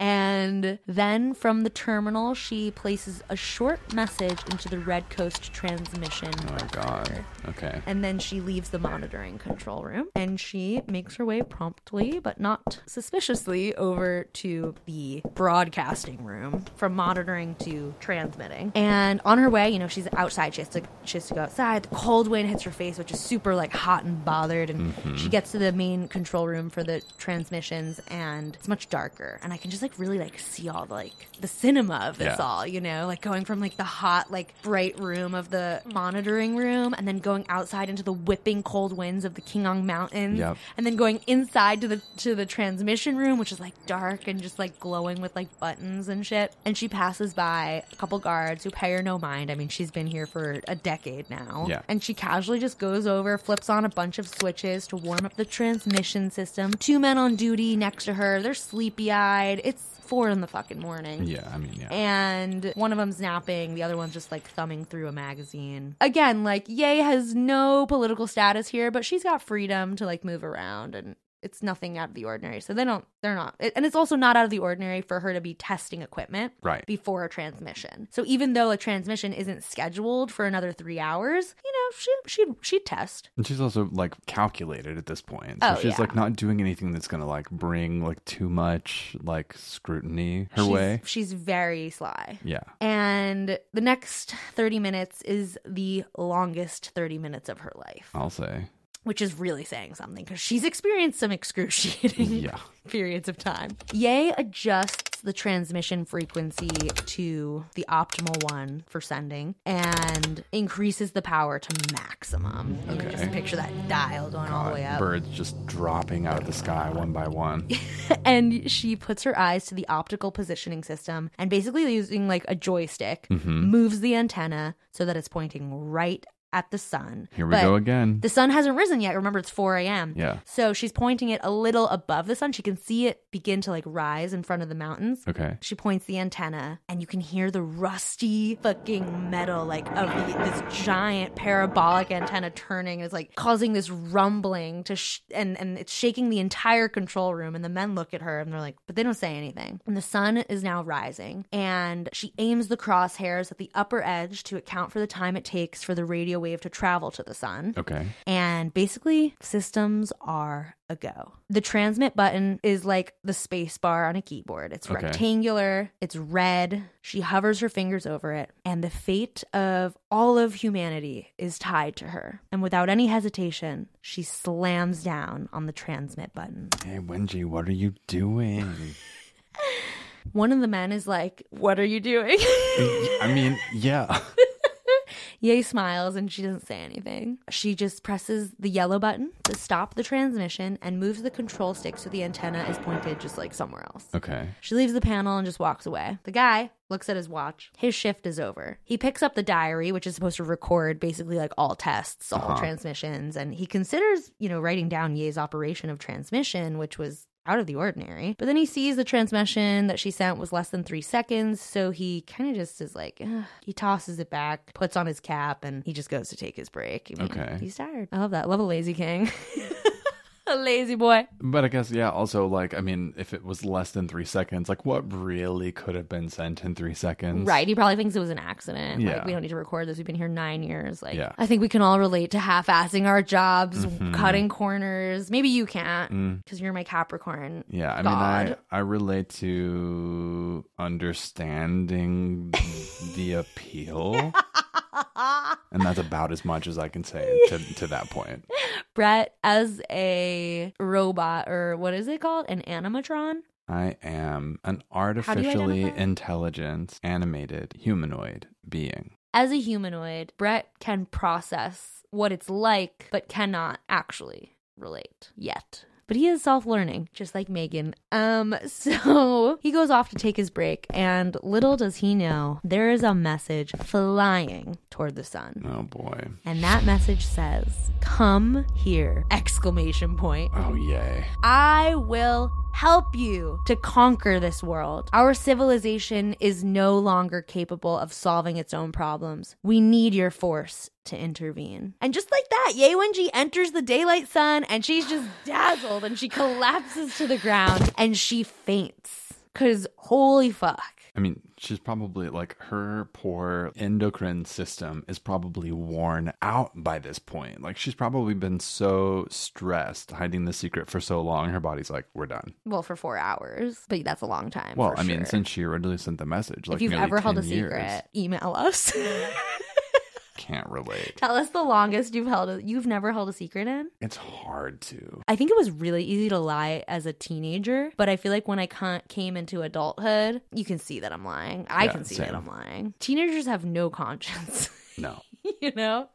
And then from the terminal, she places a short message into the Red Coast transmission. Oh God. Okay. And then she leaves the monitoring control room and she makes her way promptly, but not suspiciously, over to the broadcasting room from monitoring to transmitting. And on her way, you know, she's outside. She has to she has to go outside. The cold wind hits her face, which is super like hot and bothered. And Mm-hmm. she gets to the main control room for the transmissions, and it's much darker. And I can just like really like see all the like the cinema of this Yeah. all all, you know, like going from like the hot, like bright room of the monitoring room and then going outside into the whipping cold winds of the Kingong Mountains. Yep. And then going inside to the to the transmission room, which is like dark and just like glowing with like buttons and shit. And she passes by a couple guards who pay her no mind. I mean, she's been here for a decade now. Yeah. And she casually just goes over, flips on a bunch of switches to warm up the transmission system. Two men on duty next to her. They're sleepy eyed. It's four in the fucking morning Yeah. I mean, yeah. and one of them's napping the other one's just like thumbing through a magazine again like yay has no political status here but she's got freedom to like move around and it's nothing out of the ordinary so they don't they're not it- and it's also not out of the ordinary for her to be testing equipment Right. before a transmission so even though a transmission isn't scheduled for another three hours you know she she she test And she's also like calculated at this point. So Oh, she's yeah. like not doing anything that's gonna like bring like too much like scrutiny her she's, way. she's very sly Yeah. and the next 30 minutes is the longest 30 minutes of her life I'll say. which is really saying something because she's experienced some excruciating Yeah. (laughs) periods of time. Ye adjusts the transmission frequency to the optimal one for sending and increases the power to maximum. You know, just Okay. picture that dial going all the way up. Birds just dropping out of the sky one by (laughs) one. and she puts her eyes to the optical positioning system Mm-hmm. and basically using like a joystick moves the antenna so that it's pointing right at the sun. Here we But go again. The sun hasn't risen yet. Remember, it's 4 a.m. Yeah. So she's pointing it a little above the sun. She can see it begin to like rise in front of the mountains. okay. She points the antenna, and you can hear the rusty fucking metal, like of the, this giant parabolic antenna turning. It's like causing this rumbling to, sh- and and it's shaking the entire control room. And the men look at her, and they're like, but they don't say anything. And the sun is now rising, and she aims the crosshairs at the upper edge to account for the time it takes for the radio wave to travel to the sun. Okay. And basically, systems are a go. The transmit button is like the space bar on a keyboard. It's Okay. rectangular, it's red. She hovers her fingers over it, and the fate of all of humanity is tied to her. And without any hesitation, she slams down on the transmit button. Hey, Wenji, what are you doing? One of the men is like, What are you doing? (laughs) I mean, yeah. (laughs) Ye smiles and she doesn't say anything. She just presses the yellow button to stop the transmission and moves the control stick so the antenna is pointed just like somewhere else. Okay. She leaves the panel and just walks away. The guy looks at his watch. His shift is over. He picks up the diary, which is supposed to record basically like all tests, all transmissions, and he considers, you know, writing down Ye's operation of transmission, which was out of the ordinary. But then he sees the transmission that she sent was less than three seconds, so he kind of just is like, Ugh. he tosses it back, puts on his cap, and he just goes to take his break. I mean, Okay. He's tired. I love that. Love a lazy king. (laughs) a lazy boy. But I guess, yeah, also, like, I mean, if it was less than three seconds, like, what really could have been sent in three seconds? Right. He probably thinks it was an accident. Like, Yeah. we don't need to record this. We've been here nine years. Like, Yeah. Mm-hmm. I think we can all relate to half assing our jobs, cutting corners. Maybe you can't Mm. because you're my Capricorn. Yeah, I mean, God. I, I relate to understanding the (laughs) appeal. and that's about as much as I can say to, to that point. Brett, as a robot or what is it called? An animatron? I am an do you artificially identify? intelligent, animated, humanoid being. As a humanoid, Brett can process what it's like, but cannot actually relate yet. But he is self-learning, just like Megan. Um, (laughs) so he goes off to take his break, and little does he know there is a message flying toward the sun. Oh boy. And that message says, Come here! Exclamation point. Oh yay. I will help you to conquer this world. Our civilization is no longer capable of solving its own problems. We need your force to intervene. And just like that, Ye Wenji enters the daylight sun and she's just dazzled and she collapses to the ground and she faints. Cause holy fuck. I mean, she's probably like her poor endocrine system is probably worn out by this point. Like she's probably been so stressed hiding the secret for so long, her body's like, we're done. Well, for four hours, but that's a long time. Well, for I mean, sure. since she originally sent the message, like if you've nearly ever held a 10 years, secret, email us. (laughs) can't relate. Tell us the longest you've held a, you've never held a secret in. It's hard to. I think it was really easy to lie as a teenager, but I feel like when I con- came into adulthood, you can see that I'm lying. I Yeah, can see that same. I'm lying. Teenagers have no conscience, (laughs) No, you know?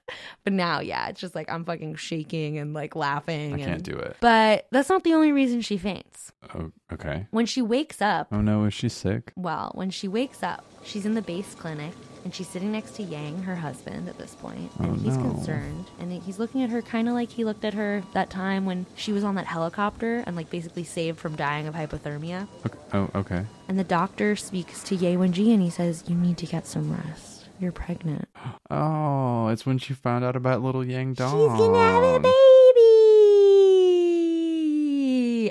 But now, yeah, it's just like I'm fucking shaking and like laughing. I and- can't do it. But that's not the only reason she faints. Oh, okay. When she wakes up, Oh no, is she sick? well, when she wakes up, she's in the base clinic and she's sitting next to Yang, her husband, at this point, and he's no. concerned. And he's looking at her kind of like he looked at her that time when she was on that helicopter and like basically saved from dying of hypothermia. Okay. Oh, okay. And the doctor speaks to Ye Wenji and he says, "You need to get some rest. You're pregnant." Oh, it's when she found out about little Yang Dong. baby.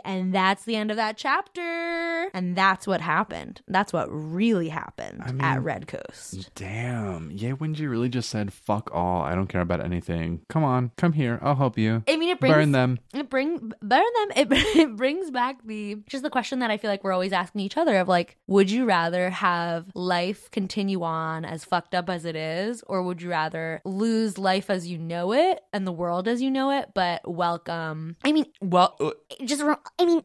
And that's the end of that chapter. And that's what happened. That's what really happened I mean- at Red Coast. Damn. Yeah, Wenji really just said, fuck all. I don't care about anything. Come on. Come here. I'll help you. I mean, it brings Burn them. It bring burn them. It, (laughs) it brings back the just the question that I feel like we're always asking each other of like, would you rather have life continue on as fucked up as it is, or would you rather lose life as you know it and the world as you know it, but welcome? I mean, well, just re- I mean,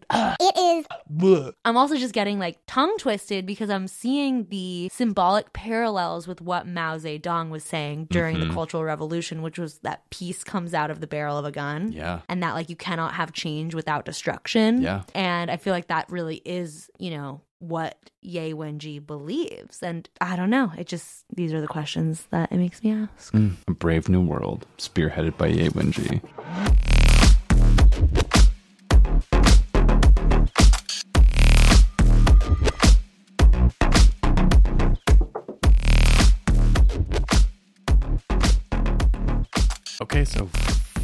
I'm also just getting like tongue twisted because I'm seeing the symbolic parallels with what Mao Zedong was saying during the Cultural Revolution, which was that peace comes out of the barrel of a gun Yeah. and that like you cannot have change without destruction. Yeah. And I feel like that really is, you know, what Ye Wenji believes. And I don't know. It just, these are the questions that it makes me ask. A Brave New World, spearheaded by Ye Wenji. Okay, so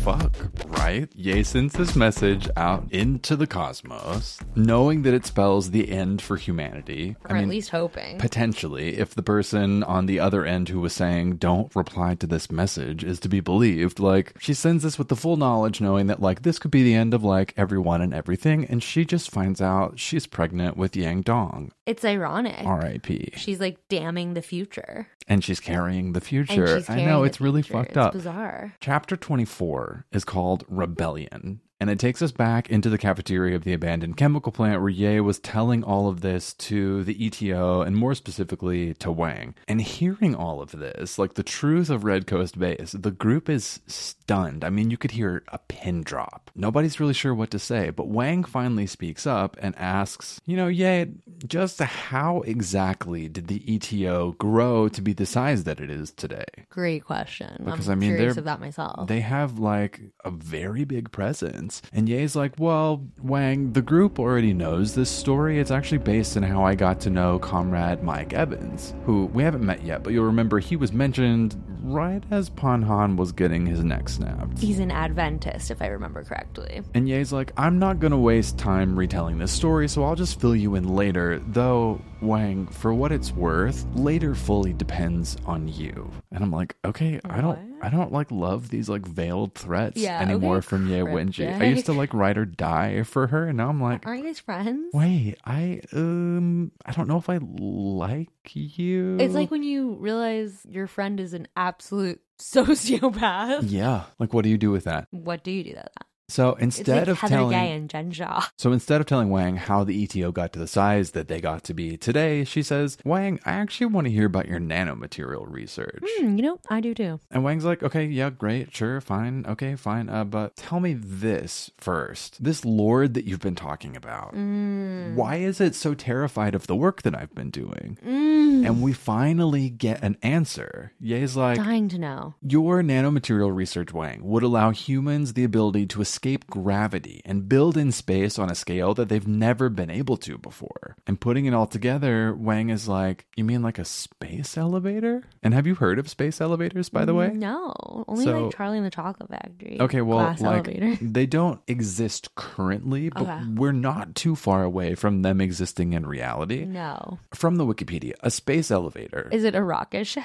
fuck, right? Ye sends this message out into the cosmos, knowing that it spells the end for humanity. Or at least hoping. Potentially, if the person on the other end who was saying, don't reply to this message, is to be believed, like, she sends this with the full knowledge, knowing that, like, this could be the end of, like, everyone and everything. And she just finds out she's pregnant with Yang Dong, It's ironic. RIP. She's like damning the future. And she's carrying the future. And she's I carrying know, the it's really future. fucked It's up. bizarre. Chapter 24 is called Rebellion, and it takes us back into the cafeteria of the abandoned chemical plant where Ye was telling all of this to the ETO and more specifically to Wang. And hearing all of this, like the truth of Red Coast Base, the group is stunned. I mean, you could hear a pin drop. Nobody's really sure what to say, but Wang finally speaks up and asks, you know, Ye, just how exactly did the ETO grow to be the size that it is today? Great question. Because, I'm I mean, curious they're- of that myself. They have like a very big presence. And Ye's like, well, Wang, the group already knows this story. It's actually based on how I got to know comrade Mike Evans, who we haven't met yet, but you'll remember he was mentioned right as Panhan was getting his neck snapped. He's an Adventist, if I remember correctly. And Ye's like, I'm not gonna waste time retelling this story, so I'll just fill you in later. Though, Wang, for what it's worth, later fully depends on you. And I'm like, okay, I don't, I don't like love these like veiled threats Yeah, anymore okay, from Ye Wenji. I used to like ride or die for her, and now I'm like, Aren't you guys friends? wait, I um, I don't know if I like you. It's like when you realize your friend is an absolute (laughs) sociopath. yeah, like what do you do with that? What do you do that? So It's instead like of Heather telling, Gay and Jen Shaw. (laughs) So instead of telling Wang how the ETO got to the size that they got to be today, she says, Wang, I actually want to hear about your nanomaterial research. Hmm, you know, I do too. And Wang's like, okay, yeah, great, sure, fine, okay, fine, uh, but tell me this first. This lord that you've been talking about, why is it so terrified of the work that I've been doing? And we finally get an answer. Ye's like, Dying to know. your nanomaterial research, Wang, would allow humans the ability to escape gravity and build in space on a scale that they've never been able to before. And putting it all together, Wang is like, You mean like a space elevator? And have you heard of space elevators, by the way? No, only So- like Charlie and the Chocolate Factory. Okay, well, glass like (laughs) elevator. (laughs) they don't exist currently, but Okay. we're not too far away from them existing in reality. No, From the Wikipedia, a space elevator is it a (laughs) rocket ship?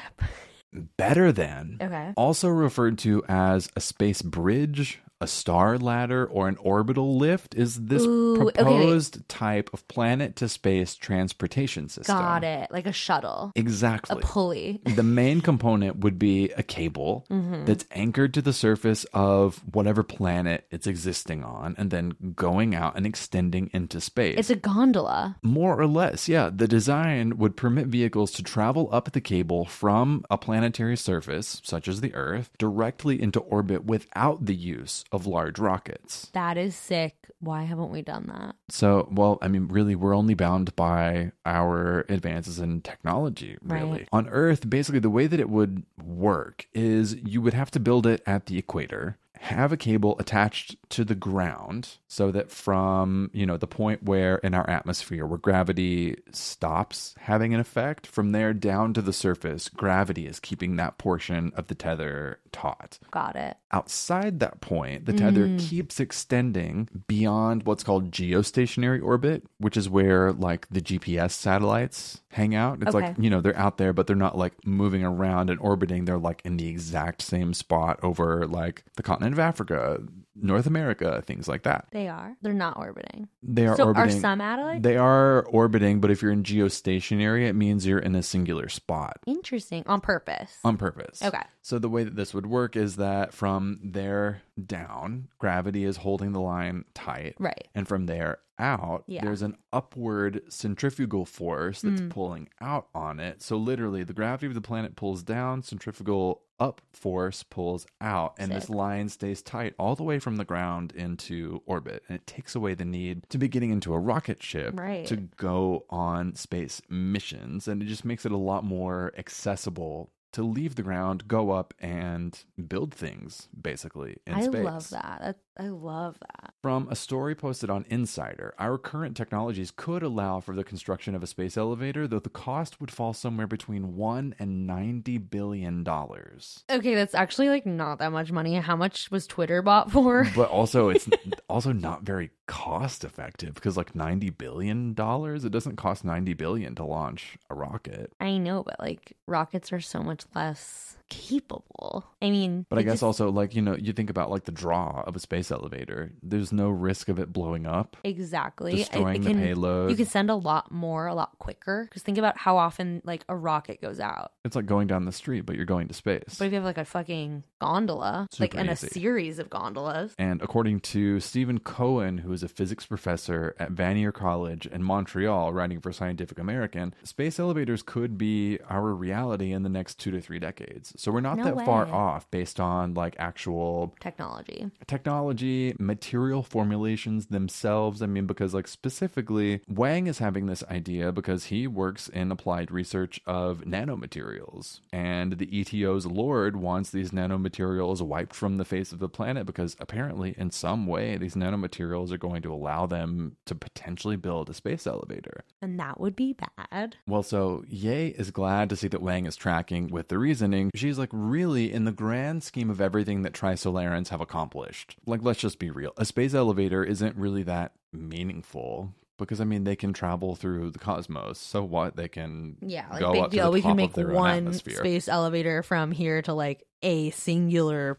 better than Okay. also referred to as a space bridge a star ladder or an orbital lift is this Ooh, okay, wait. proposed type of planet to space transportation system Got it. Like a shuttle, a exactly (laughs) pulley. the main component would be a cable Mm-hmm. that's anchored to the surface of whatever planet it's existing on and then going out and extending into space It's a gondola. more or less, yeah. The design would permit vehicles to travel up the cable from a planetary surface, such as the Earth, directly into orbit without the use of large rockets. That is sick. Why haven't we done that? So, well, I mean, really, we're only bound by our advances in technology, really. Right. On Earth, basically, the way that it would work is you would have to build it at the equator. Have a cable attached to the ground so that from, you know, the point where in our atmosphere where gravity stops having an effect, from there down to the surface, gravity is keeping that portion of the tether taut Got it. outside that point, the tether Mm. keeps extending beyond what's called geostationary orbit, which is where like the GPS satellites hang out. It's like, Okay. you know, they're out there, but they're not like moving around and orbiting. They're like in the exact same spot over like the continent of Africa, North America, things like that. They are. They're not orbiting. They are so orbiting. are some satellites? they are orbiting, but if you're in geostationary, it means you're in a singular spot Interesting. On purpose. on purpose. Okay. So the way that this would work is that from there down, gravity is holding the line tight. Right. And from there out, Yeah. Mm. there's an upward centrifugal force that's pulling out on it. So literally, the gravity of the planet pulls down, centrifugal up force pulls out, and this line stays tight all the way from the ground into orbit. And it takes away the need to be getting into a rocket ship Right. to go on space missions, and it just makes it a lot more accessible. To leave the ground, go up and build things basically in I space. love that. that. I love that. From a story posted on Insider, our current technologies could allow for the construction of a space elevator, though the cost would fall somewhere between 1 and 90 billion dollars. Okay, that's actually like not that much money. How much was Twitter (laughs) bought for? But also it's (laughs) also not very cost effective because like 90 billion dollars, it doesn't cost 90 billion to launch a rocket. I know, but like rockets are so much less capable. I mean, But I it guess just- also like, you know, you think about like the draw of a space elevator. There's no risk of it blowing up. Exactly. I- Destroying the payload. You could send a lot more, a lot quicker. Because think about how often like a rocket goes out. It's like going down the street, but you're going to space. But if you have like a fucking gondola, like Super and easy. a series of gondolas, And according to Stephen Cohen, who is a physics professor at Vanier College in Montreal, writing for Scientific American, space elevators could be our reality in the next two to three decades. So we're not No that far way. off based on like actual technology. technology, material formulations themselves. I mean, because like specifically, Wang is having this idea because he works in applied research of nanomaterials. And the ETO's Lord wants these nanomaterials wiped from the face of the planet because apparently, in some way, these nanomaterials are going to allow them to potentially build a space elevator. And that would be bad. Well, so Ye is glad to see that Wang is tracking with the reasoning. She's like, really, in the grand scheme of everything that Trisolarans have accomplished, like, let's just be real. A space elevator isn't really that meaningful because, I mean, they can travel through the cosmos. So what? They can Yeah, like go big up to deal. the We top can of make their own one atmosphere. space elevator from here to like a singular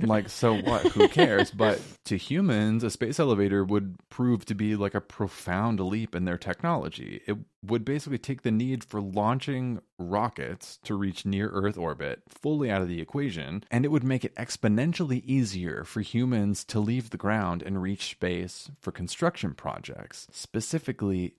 (laughs) like so what who cares but to humans a space elevator would prove to be like a profound leap in their technology it would basically take the need for launching rockets to reach near earth orbit fully out of the equation and it would make it exponentially easier for humans to leave the ground and reach space for construction projects specifically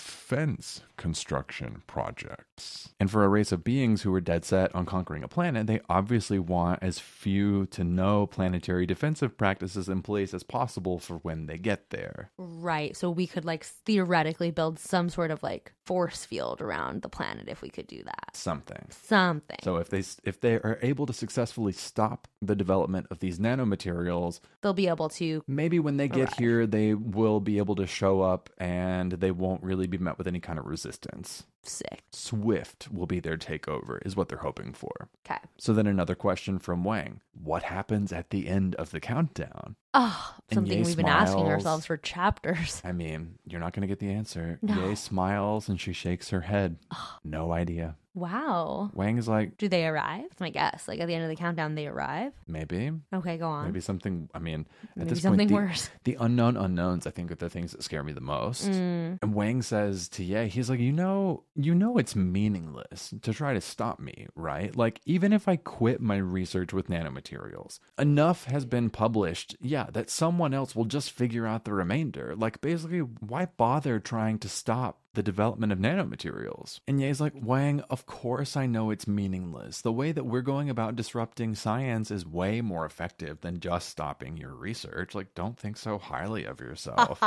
defense construction projects. And for a race of beings who are dead set on conquering a planet, they obviously want as few to no planetary defensive practices in place as possible for when they get there. Right. So we could like theoretically build some sort of like force field around the planet if we could do that. Something. Something. So if they if they are able to successfully stop the development of these nanomaterials, They'll be able to maybe when they get Right. here they will be able to show up and they won't really be met with any kind of resistance. sick. Swift will be their takeover is what they're hoping for. Okay. So then another question from Wang. What happens at the end of the countdown? Oh, And something Ye we've been asking smiles. ourselves for chapters. (laughs) I mean, you're not going to get the answer. No. Ye smiles and she shakes her head. no idea. Wow. Wang is like, Do they arrive? That's my guess. Like at the end of the countdown, they arrive. maybe. Okay, go on. Maybe something, I mean, at Maybe this point, something the, worse. Mm. the unknown unknowns, I think, are the things that scare me the most. And Wang says to Ye, he's like, you know, you know, it's meaningless to try to stop me, right? Like, even if I quit my research with nanomaterials, enough has been published, yeah, that someone else will just figure out the remainder. Like, basically, why bother trying to stop the development of nanomaterials. And Ye's like, Wang, of course I know it's meaningless. The way that we're going about disrupting science is way more effective than just stopping your research. Like, don't think so highly of yourself.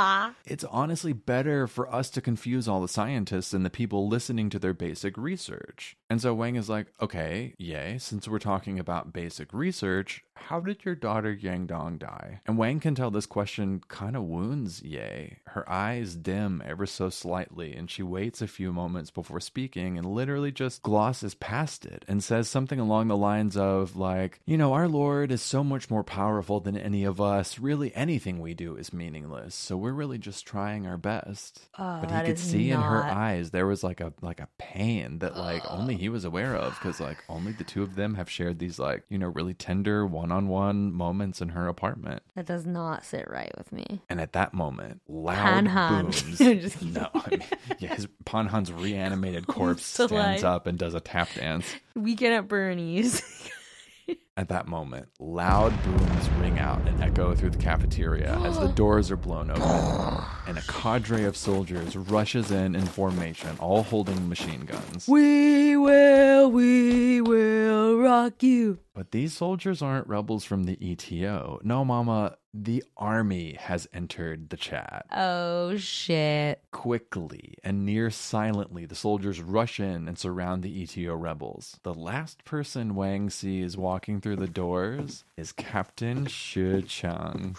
it's honestly better for us to confuse all the scientists and the people listening to their basic research. And so Wang is like, okay, yay, since we're talking about basic research, how did your daughter Yang Dong die? And Wang can tell this question kind of wounds Ye. Her eyes dim ever so slightly, and she waits a few moments before speaking and literally just glosses past it and says something along the lines of, like, you know, our Lord is so much more powerful than any of us. Really, anything we do is meaningless. So we're really just trying our best. but he Oh, that could is see in her not- eyes there was like a like a pain that like only he was aware of (sighs) because like only the two of them have shared these like you know really tender one-on-one moments in her apartment That does not sit right with me. and at that moment loud Pan (laughs) Han. booms I'm just kidding. no I mean, yeah his Panhan's (laughs) reanimated corpse So, stands like- up and does a tap dance Weekend at Bernie's. (laughs) At that moment, loud booms ring out and echo through the cafeteria as (gasps) the doors are blown open, and a cadre of soldiers rushes in in formation, all holding machine guns. We will, we will rock you. But these soldiers aren't rebels from the ETO. No, Mama, the army has entered the chat. Oh shit. Quickly and near silently, the soldiers rush in and surround the ETO rebels. The last person Wang Si is walking through the doors is Captain Shi Chang.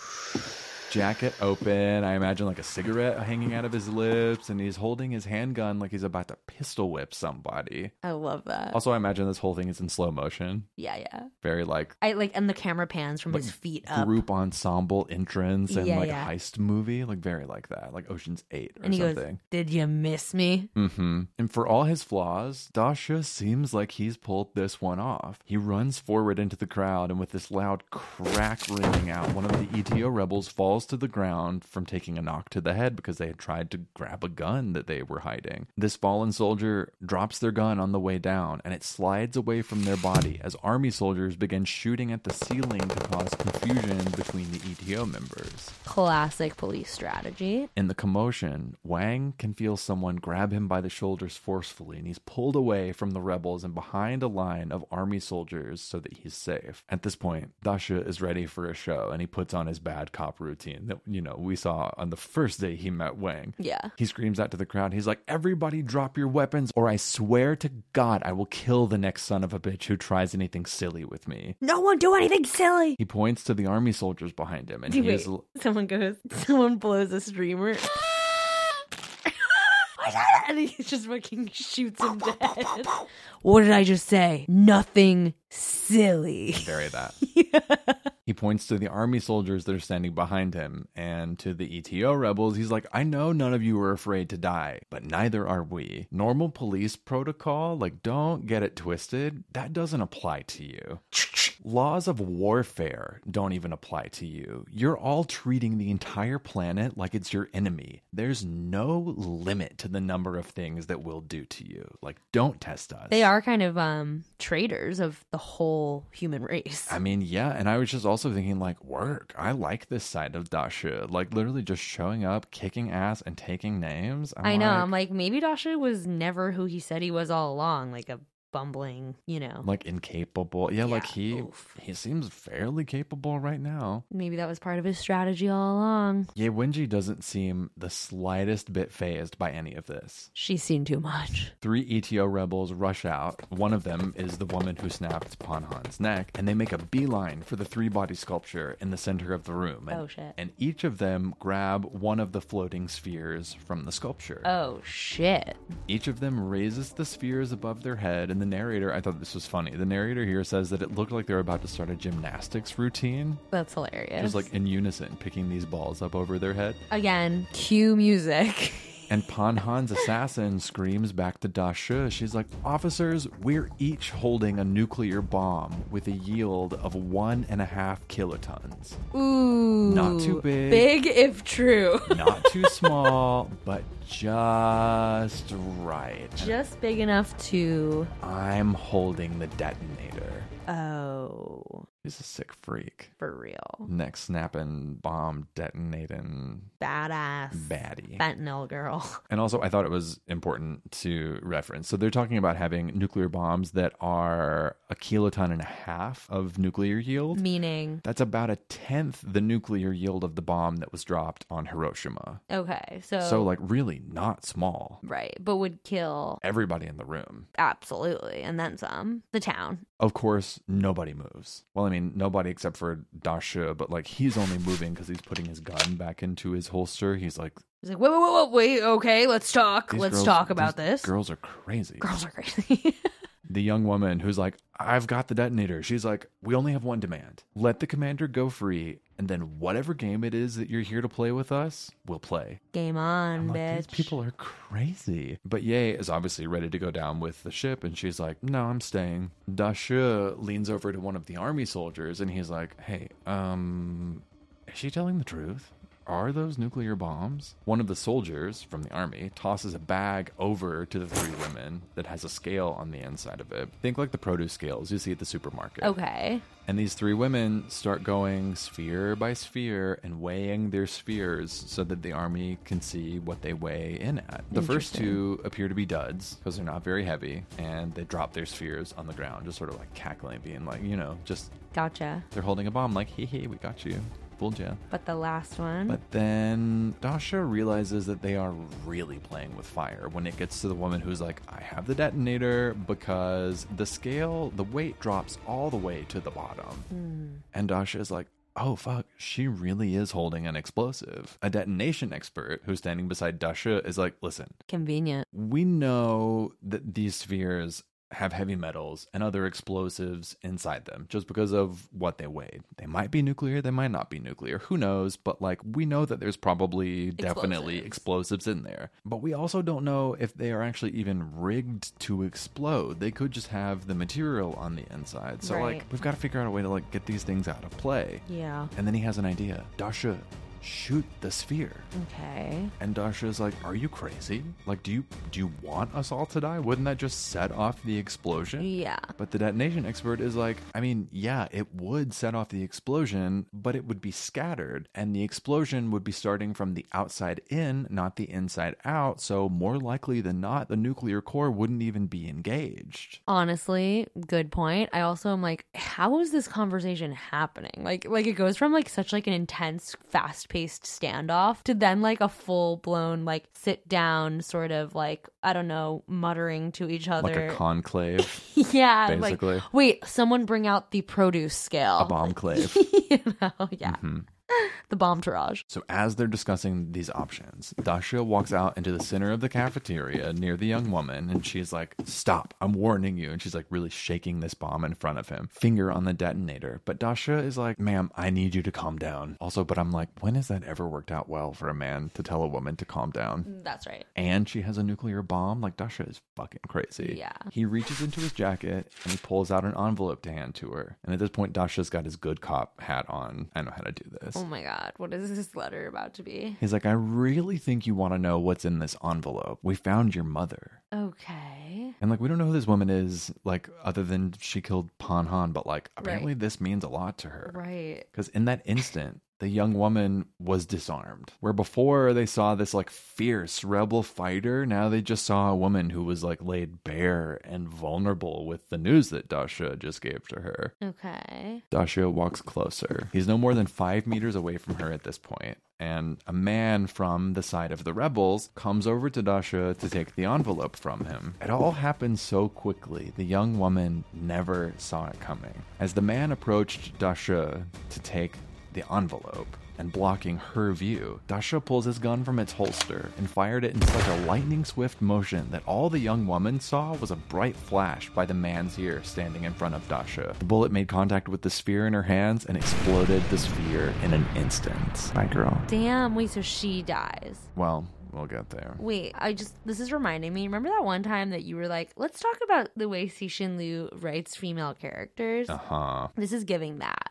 Jacket open, I imagine like a cigarette hanging out of his lips, and he's holding his handgun like he's about to pistol whip somebody. I love that. Also, I imagine this whole thing is in slow motion. Yeah, yeah. Very like I like and the camera pans from Like, his feet up. group ensemble entrance and Yeah, like a yeah. heist movie, like very like that, like Ocean's Eight or and he goes, something. Did you miss me? hmm And for all his flaws, Dasha seems like he's pulled this one off. He runs forward into the crowd, and with this loud crack ringing out, one of the ETO rebels falls to the ground from taking a knock to the head because they had tried to grab a gun that they were hiding. This fallen soldier drops their gun on the way down, and it slides away from their body as army soldiers begin shooting at the ceiling to cause confusion between the ETO members. Classic police strategy. In the commotion, Wang can feel someone grab him by the shoulders forcefully, and he's pulled away from the rebels and behind a line of army soldiers so that he's safe. At this point, Dasha is ready for a show, and he puts on his bad cop routine that, you know, we saw on the first day he met Wang. Yeah. He screams out to the crowd, he's like, Everybody drop your weapons, or I swear to God, I will kill the next son of a bitch who tries anything silly with me. No one do anything silly. He points to the army soldiers behind him, and he Wait, is. l- someone goes, someone blows (laughs) a streamer. (laughs) and he just fucking shoots him dead. What did I just say? Nothing silly. Bury that. He points to the army soldiers that are standing behind him and to the ETO rebels. He's like, I know none of you are afraid to die, but neither are we. Normal police protocol, like, don't get it twisted. That doesn't apply to you. Laws of warfare don't even apply to you. You're all treating the entire planet like it's your enemy. There's no limit to the number of things that we'll do to you. Like, don't test us. They are kind of um traitors of the whole human race. I mean, yeah, and I was just also thinking like work. I like this side of Dasha, like literally just showing up, kicking ass, and taking names. I'm I know. I'm like, maybe Dasha was never who he said he was all along, like a bumbling, you know. like incapable. Yeah, like Yeah, he oof. he seems fairly capable right now. Maybe that was part of his strategy all along. Yeah, Wenji doesn't seem the slightest bit phased by any of this. She's seen too much. Three ETO rebels rush out. One of them is the woman who snapped Panhan's neck, and they make a beeline for the three body sculpture in the center of the room. And, Oh, shit. And each of them grab one of the floating spheres from the sculpture. Oh shit. Each of them raises the spheres above their head, and the narrator, I thought this was funny. The narrator here says that it looked like they were about to start a gymnastics routine. That's hilarious. Just like in unison, picking these balls up over their head. Again, cue music. (laughs) And Panhan's assassin screams back to Dasha. She's like, Officers, we're each holding a nuclear bomb with a yield of one and a half kilotons. Ooh. Not too big. Big (laughs) if true. (laughs) Not too small, but just right. Just big enough to I'm holding the detonator. Oh, He's a sick freak. for real. neck snapping, bomb detonating Badass. baddie. Fentanyl girl. (laughs) And also, I thought it was important to reference. So they're talking about having nuclear bombs that are a kiloton and a half of nuclear yield. Meaning, That's about a tenth the nuclear yield of the bomb that was dropped on Hiroshima. okay, so, So, like, really not small. right, but would kill Everybody in the room. absolutely, and then some. The town. Of course, nobody moves. Well, I mean, nobody except for Dasha, but like, he's only moving because he's putting his gun back into his holster. He's like, It's like, wait, wait, wait, wait, okay, let's talk. These let's girls- talk about these this. Girls are crazy. Girls are crazy. (laughs) The young woman who's like, I've got the detonator. She's like, We only have one demand. Let the commander go free, and then whatever game it is that you're here to play with us, we'll play. Game on, I'm bitch. like, These people are crazy. But Ye is obviously ready to go down with the ship, and she's like, No, I'm staying. Dasha leans over to one of the army soldiers, and he's like, Hey, um, is she telling the truth? Are those nuclear bombs? One of the soldiers from the army tosses a bag over to the three women that has a scale on the inside of it. Think like the produce scales you see at the supermarket. Okay. And these three women start going sphere by sphere and weighing their spheres so that the army can see what they weigh in at. The first two appear to be duds because they're not very heavy and they drop their spheres on the ground, just sort of like cackling, being like, you know, just Gotcha. they're holding a bomb, like, hee hee, we got you. Bull jam. But the last one. But then Dasha realizes that they are really playing with fire when it gets to the woman who's like, I have the detonator because the scale, the weight drops all the way to the bottom. And Dasha is like, oh fuck, she really is holding an explosive. A detonation expert who's standing beside Dasha is like, listen, Convenient. we know that these spheres have heavy metals and other explosives inside them just because of what they weigh. They might be nuclear, they might not be nuclear, who knows, but like we know that there's probably definitely explosives in there. But we also don't know if they are actually even rigged to explode. They could just have the material on the inside. So Right. like we've got to figure out a way to like get these things out of play. Yeah. And then he has an idea. Dasha, shoot the sphere. Okay. And Dasha's like, "Are you crazy? Like, do you do you want us all to die? Wouldn't that just set off the explosion?" Yeah. But the detonation expert is like, "I mean, yeah, it would set off the explosion, but it would be scattered, and the explosion would be starting from the outside in, not the inside out. So more likely than not, the nuclear core wouldn't even be engaged." Honestly, good point. I also am like, how is this conversation happening? Like, like it goes from like such like an intense, fast-paced standoff to then like a full-blown like sit down sort of like I don't know, muttering to each other. Like a conclave, (laughs) yeah, and, basically. Like, Wait, someone bring out the produce scale. a Mm-hmm. bombclave. (laughs) you know, yeah. The bomb tirage. So, as they're discussing these options, Dasha walks out into the center of the cafeteria near the young woman, and she's like, Stop, I'm warning you. And she's like, really shaking this bomb in front of him, finger on the detonator. But Dasha is like, Ma'am, I need you to calm down. Also, but I'm like, When has that ever worked out well for a man to tell a woman to calm down? That's right. And she has a nuclear bomb. Like, Dasha is fucking crazy. Yeah. He reaches into his jacket and he pulls out an envelope to hand to her. And at this point, Dasha's got his good cop hat on. I know how to do this. Oh my god, what is this letter about to be? He's like, I really think you want to know what's in this envelope. We found your mother. Okay. And like, we don't know who this woman is, like, other than she killed Pan Han, but like, apparently this means a lot to her. Right. Because in that instant, the young woman was disarmed. Where before they saw this like fierce rebel fighter, now they just saw a woman who was like laid bare and vulnerable with the news that Dasha just gave to her. Okay. Dasha walks closer. He's no more than five meters away from her at this point, and a man from the side of the rebels comes over to Dasha to take the envelope from him. It all happened so quickly, the young woman never saw it coming. As the man approached Dasha to take the envelope, and blocking her view, Dasha pulls his gun from its holster and fired it in such a lightning swift motion that all the young woman saw was a bright flash by the man's ear standing in front of Dasha. The bullet made contact with the sphere in her hands and exploded the sphere in an instant. My girl. Damn, wait, so she dies. Well, we'll get there. Wait, I just this is reminding me. Remember that one time that you were like, let's talk about the way Cixin Liu writes female characters? Huh. This is giving that.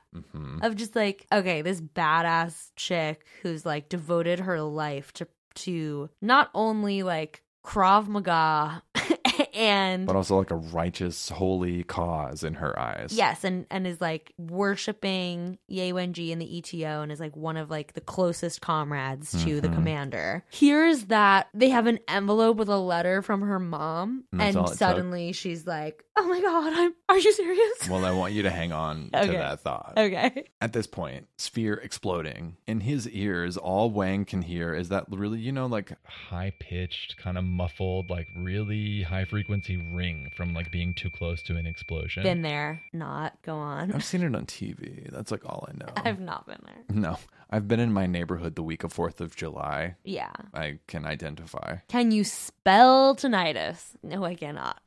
Of just like, okay, this badass chick who's like devoted her life to to not only like Krav Maga (laughs) and But also like a righteous, holy cause in her eyes. Yes, and and is like worshiping Ye Wenji in the ETO and is like one of like the closest comrades to the Mm-hmm. commander. Here's that they have an envelope with a letter from her mom, And that's and, all it took. suddenly she's like, "Oh my god, I'm are you serious?" Well, I want you to hang on to Okay. that thought. (laughs) okay, At this point, sphere exploding. In his ears, all Wang can hear is that really, you know, like high pitched, kind of muffled, like really high frequency ring from like being too close to an explosion. been there, not go on. I've seen it on TV. That's like all I know. (laughs) I've not been there. no, I've been in my neighborhood the week of 4th of July. Yeah. I can identify. Can you spell tinnitus? No, I cannot.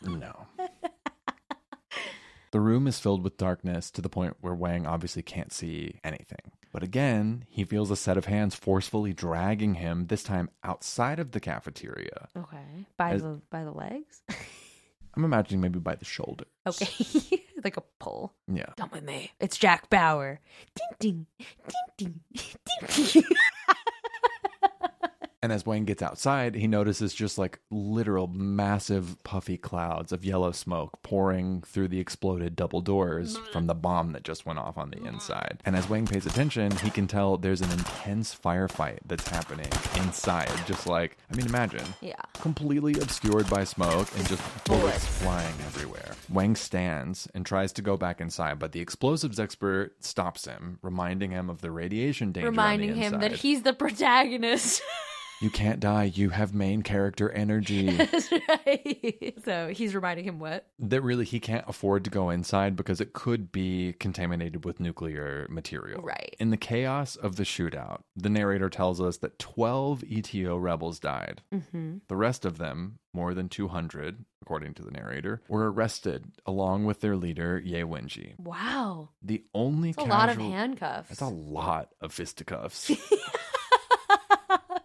(laughs) No. the room is filled with darkness to the point where Wang obviously can't see anything. But again, he feels a set of hands forcefully dragging him, this time outside of the cafeteria. okay, by As- the by the legs. I'm imagining maybe by the shoulder. (laughs) (laughs) Okay. like a pull. Yeah. Come with me. It's Jack Bauer. Ding ding. Ding ding. Ding ding. And as Wayne gets outside, he notices just like literal massive puffy clouds of yellow smoke pouring through the exploded double doors from the bomb that just went off on the inside. And as Wayne pays attention, he can tell there's an intense firefight that's happening inside. Just like, I mean, imagine. Yeah. Completely obscured by smoke and just bullets flying everywhere. Wang stands and tries to go back inside, but the explosives expert stops him, reminding him of the radiation danger. on the reminding him that inside. he's the (laughs) protagonist. You can't die. You have main (laughs) character energy. That's right. So he's reminding him what? that really, he can't afford to go inside because it could be contaminated with nuclear material. Right. In the chaos of the shootout, the narrator tells us that 12 ETO rebels died. Mm-hmm. Mhm. The rest of them, more than 200, according to the narrator, were arrested along with their leader, Ye Wenji. Wow. The only It's a lot of casual- handcuffs. That's a lot of (laughs) fisticuffs.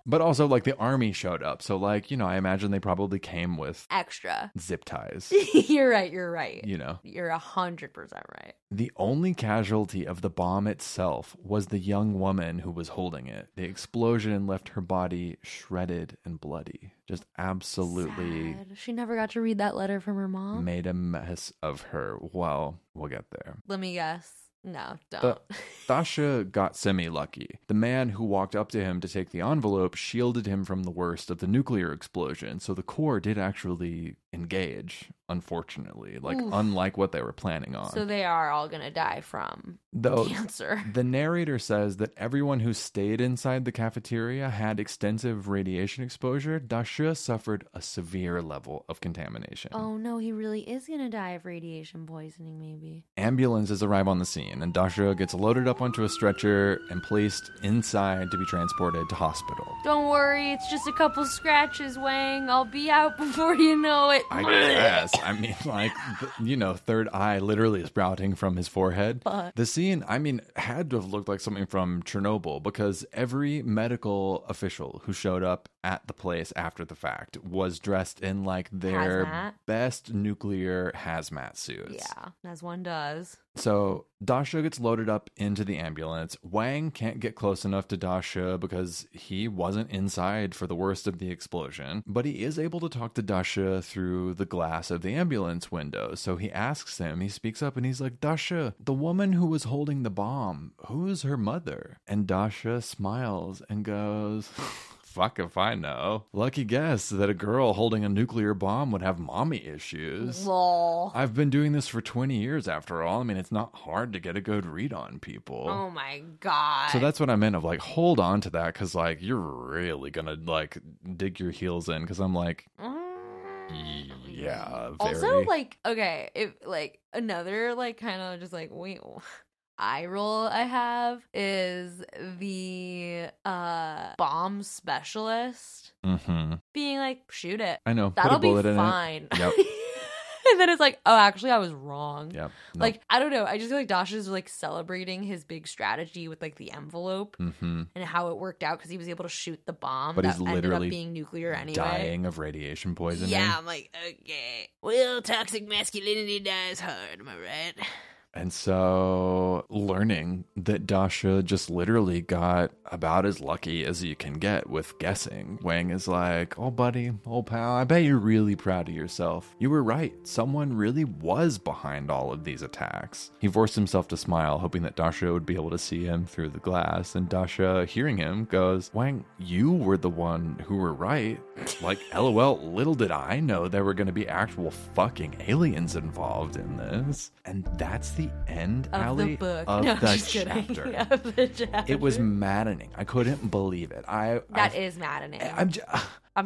but also, like, the army showed up. So, like, you know, I imagine they probably came with Extra. zip ties. (laughs) you're right. You're right. You know, You're a hundred percent right. the only casualty of the bomb itself was the young woman who was holding it. The explosion left her body shredded and bloody, just absolutely Sad. She never got to read that letter from her mom. made a mess of her. Well, we'll get there. Let me guess. No, don't. (laughs) Uh, Thasha got semi lucky. The man who walked up to him to take the envelope shielded him from the worst of the nuclear explosion, so the core did actually engage, unfortunately, like Oof. unlike what they were planning on. Oh. so they are all gonna die from Though (laughs) cancer. the narrator says that everyone who stayed inside the cafeteria had extensive radiation exposure, Dasha suffered a severe level of contamination. Oh no, he really is gonna die of radiation poisoning, maybe. Ambulances arrive on the scene, and Dasha gets loaded up onto a stretcher and placed inside to be transported to hospital. Don't worry, it's just a couple scratches, Wang. I'll be out (laughs) before you know it. I guess. I mean, like, th- you know, third eye literally is sprouting from his forehead. The scene, I mean, had to have looked like something from Chernobyl because every medical official who showed up at the place after the fact was dressed in like their Hazmat? best nuclear hazmat suits. Yeah. As one does. So Dasha gets loaded up into the ambulance. Wang can't get close enough to Dasha because he wasn't inside for the worst of the explosion, but he is able to talk to Dasha through the glass of the ambulance window. So he asks him, he speaks up and he's like, Dasha, the woman who was holding the bomb, who's her mother? And Dasha smiles and goes, (laughs) Fuck if I know. Lucky guess that a girl holding a nuclear bomb would have mommy issues. Lol. I've been doing this for 20 years after all. I mean, it's not hard to get a good read on people. Oh my god. so that's what I meant of like, hold on to that because, like, you're really going to like dig your heels in because I'm like, yeah, very. Mm. Also, like, okay, if like another like kind of just like wait (laughs) eye roll I have is the uh bomb specialist Mhm. being like, shoot it. I know. Put a That'll be bullet in fine. it. Yep. (laughs) and then it's like, oh actually I was wrong. it. Yep. No. Like, I don't know. I just feel like Dasha's like celebrating his big strategy with like the envelope Mhm. and how it worked out because he was able to shoot the bomb But that he's ended literally up being nuclear anyway. dying of radiation poisoning. Yeah, I'm like, okay. Well, toxic masculinity dies hard, am I right? And so learning that Dasha just literally got about as lucky as you can get with guessing, Wang is like, Oh, buddy, old pal, I bet you're really proud of yourself. You were right. Someone really was behind all of these attacks. He forced himself to smile, hoping that Dasha would be able to see him through the glass. And Dasha, hearing him, goes, Wang, you were the one who were right. Like, (laughs) lol, little did I know there were going to be actual fucking aliens involved in this. And that's the end, Of Allie, the book. of no, I'm the just chapter. kidding. (laughs) of the chapter. It was maddening. I couldn't believe it. I That I, is maddening. I'm, I'm just,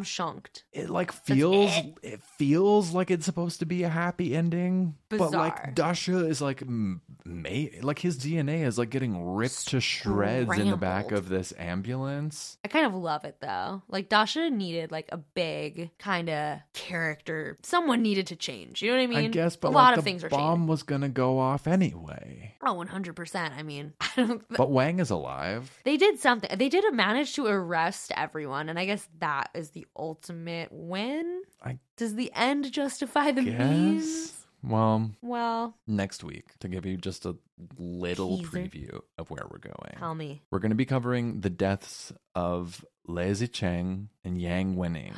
shunked. it like feels it feels like it's supposed to be a happy ending, but Bizarre. like Dasha is like m- may like his DNA is like getting ripped to shreds in the back Scrambled. of this ambulance. I kind of love it though. Like Dasha needed like a big kind of character. Someone needed to change. You know what I mean? I guess, but a like lot the of things are bomb changing. was gonna go off anyway. Oh, 100%. I mean, (laughs) I don't But Wang is alive. They did something. They did manage to arrest everyone, and I guess that is the ultimate win. I Does the end justify the means? Yes. Well, Well, next week to give you just a little Teaser. preview of where we're going. tell me. (gasps) We're going to be covering the deaths of Lazy Cheng and Yang Winning.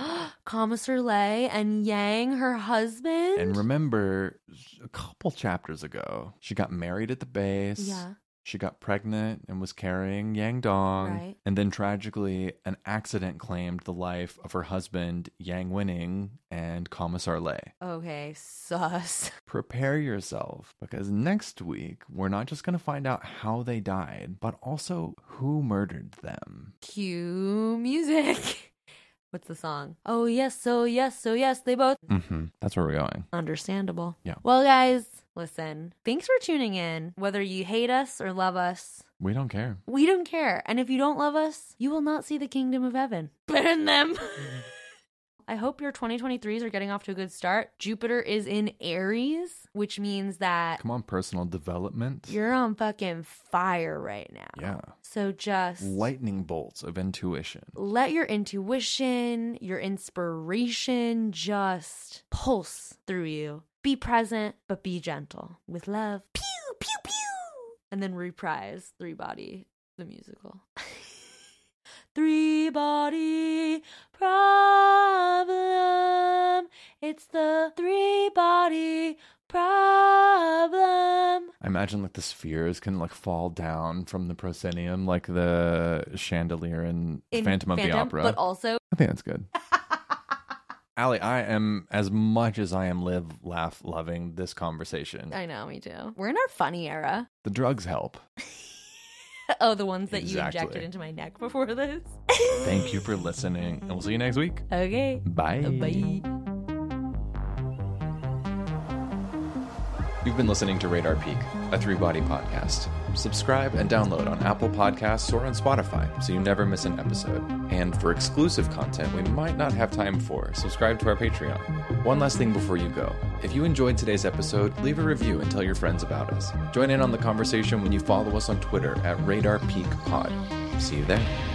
Commissar Lei and Yang, her husband. and remember, a couple chapters ago, she got married at the base. Yeah. She got pregnant and was carrying Yang Dong. Right. And then tragically, an accident claimed the life of her husband, Yang Winning, and Commissar Lei. okay, sus. (laughs) prepare yourself because next week we're not just going to find out how they died, but also who murdered them. Cue music. (laughs) What's the song? Oh, yes, so yes, so yes, they both. Mm-hmm. That's where we're going. Understandable. Yeah. Well, guys, listen, thanks for tuning in. Whether you hate us or love us, We don't care. We don't care. And if you don't love us, you will not see the kingdom of heaven. (laughs) Burn them. (laughs) I hope your 2023s are getting off to a good start. Jupiter is in Aries, which means that Come on, personal development. Uh, you're on fucking fire right now. Yeah. So just Lightning bolts of intuition. let your intuition, your inspiration just pulse through you. Be present, but be gentle with love. Pew, pew, pew. And then reprise Three Body, the musical. (laughs) three Body Problem. It's the Three Body Problem. I imagine like the spheres can like fall down from the proscenium, like the chandelier in, In Phantom of the Opera. But also, I think that's (laughs) good. Allie, I am as much as I am live, laugh, loving this conversation. I know, me too. We're in our funny era. The drugs help. Oh, the ones that you Exactly. injected into my neck before this? Thank you for listening, and we'll see you next week. Okay. Bye. Bye. You've been listening to Radar Peak, a three body podcast. Subscribe and download on Apple Podcasts or on Spotify so you never miss an episode. And for exclusive content we might not have time for, subscribe to our Patreon. One last thing before you go. If you enjoyed today's episode, leave a review and tell your friends about us. Join in on the conversation when you follow us on Twitter at Radar Peak Pod. See you there.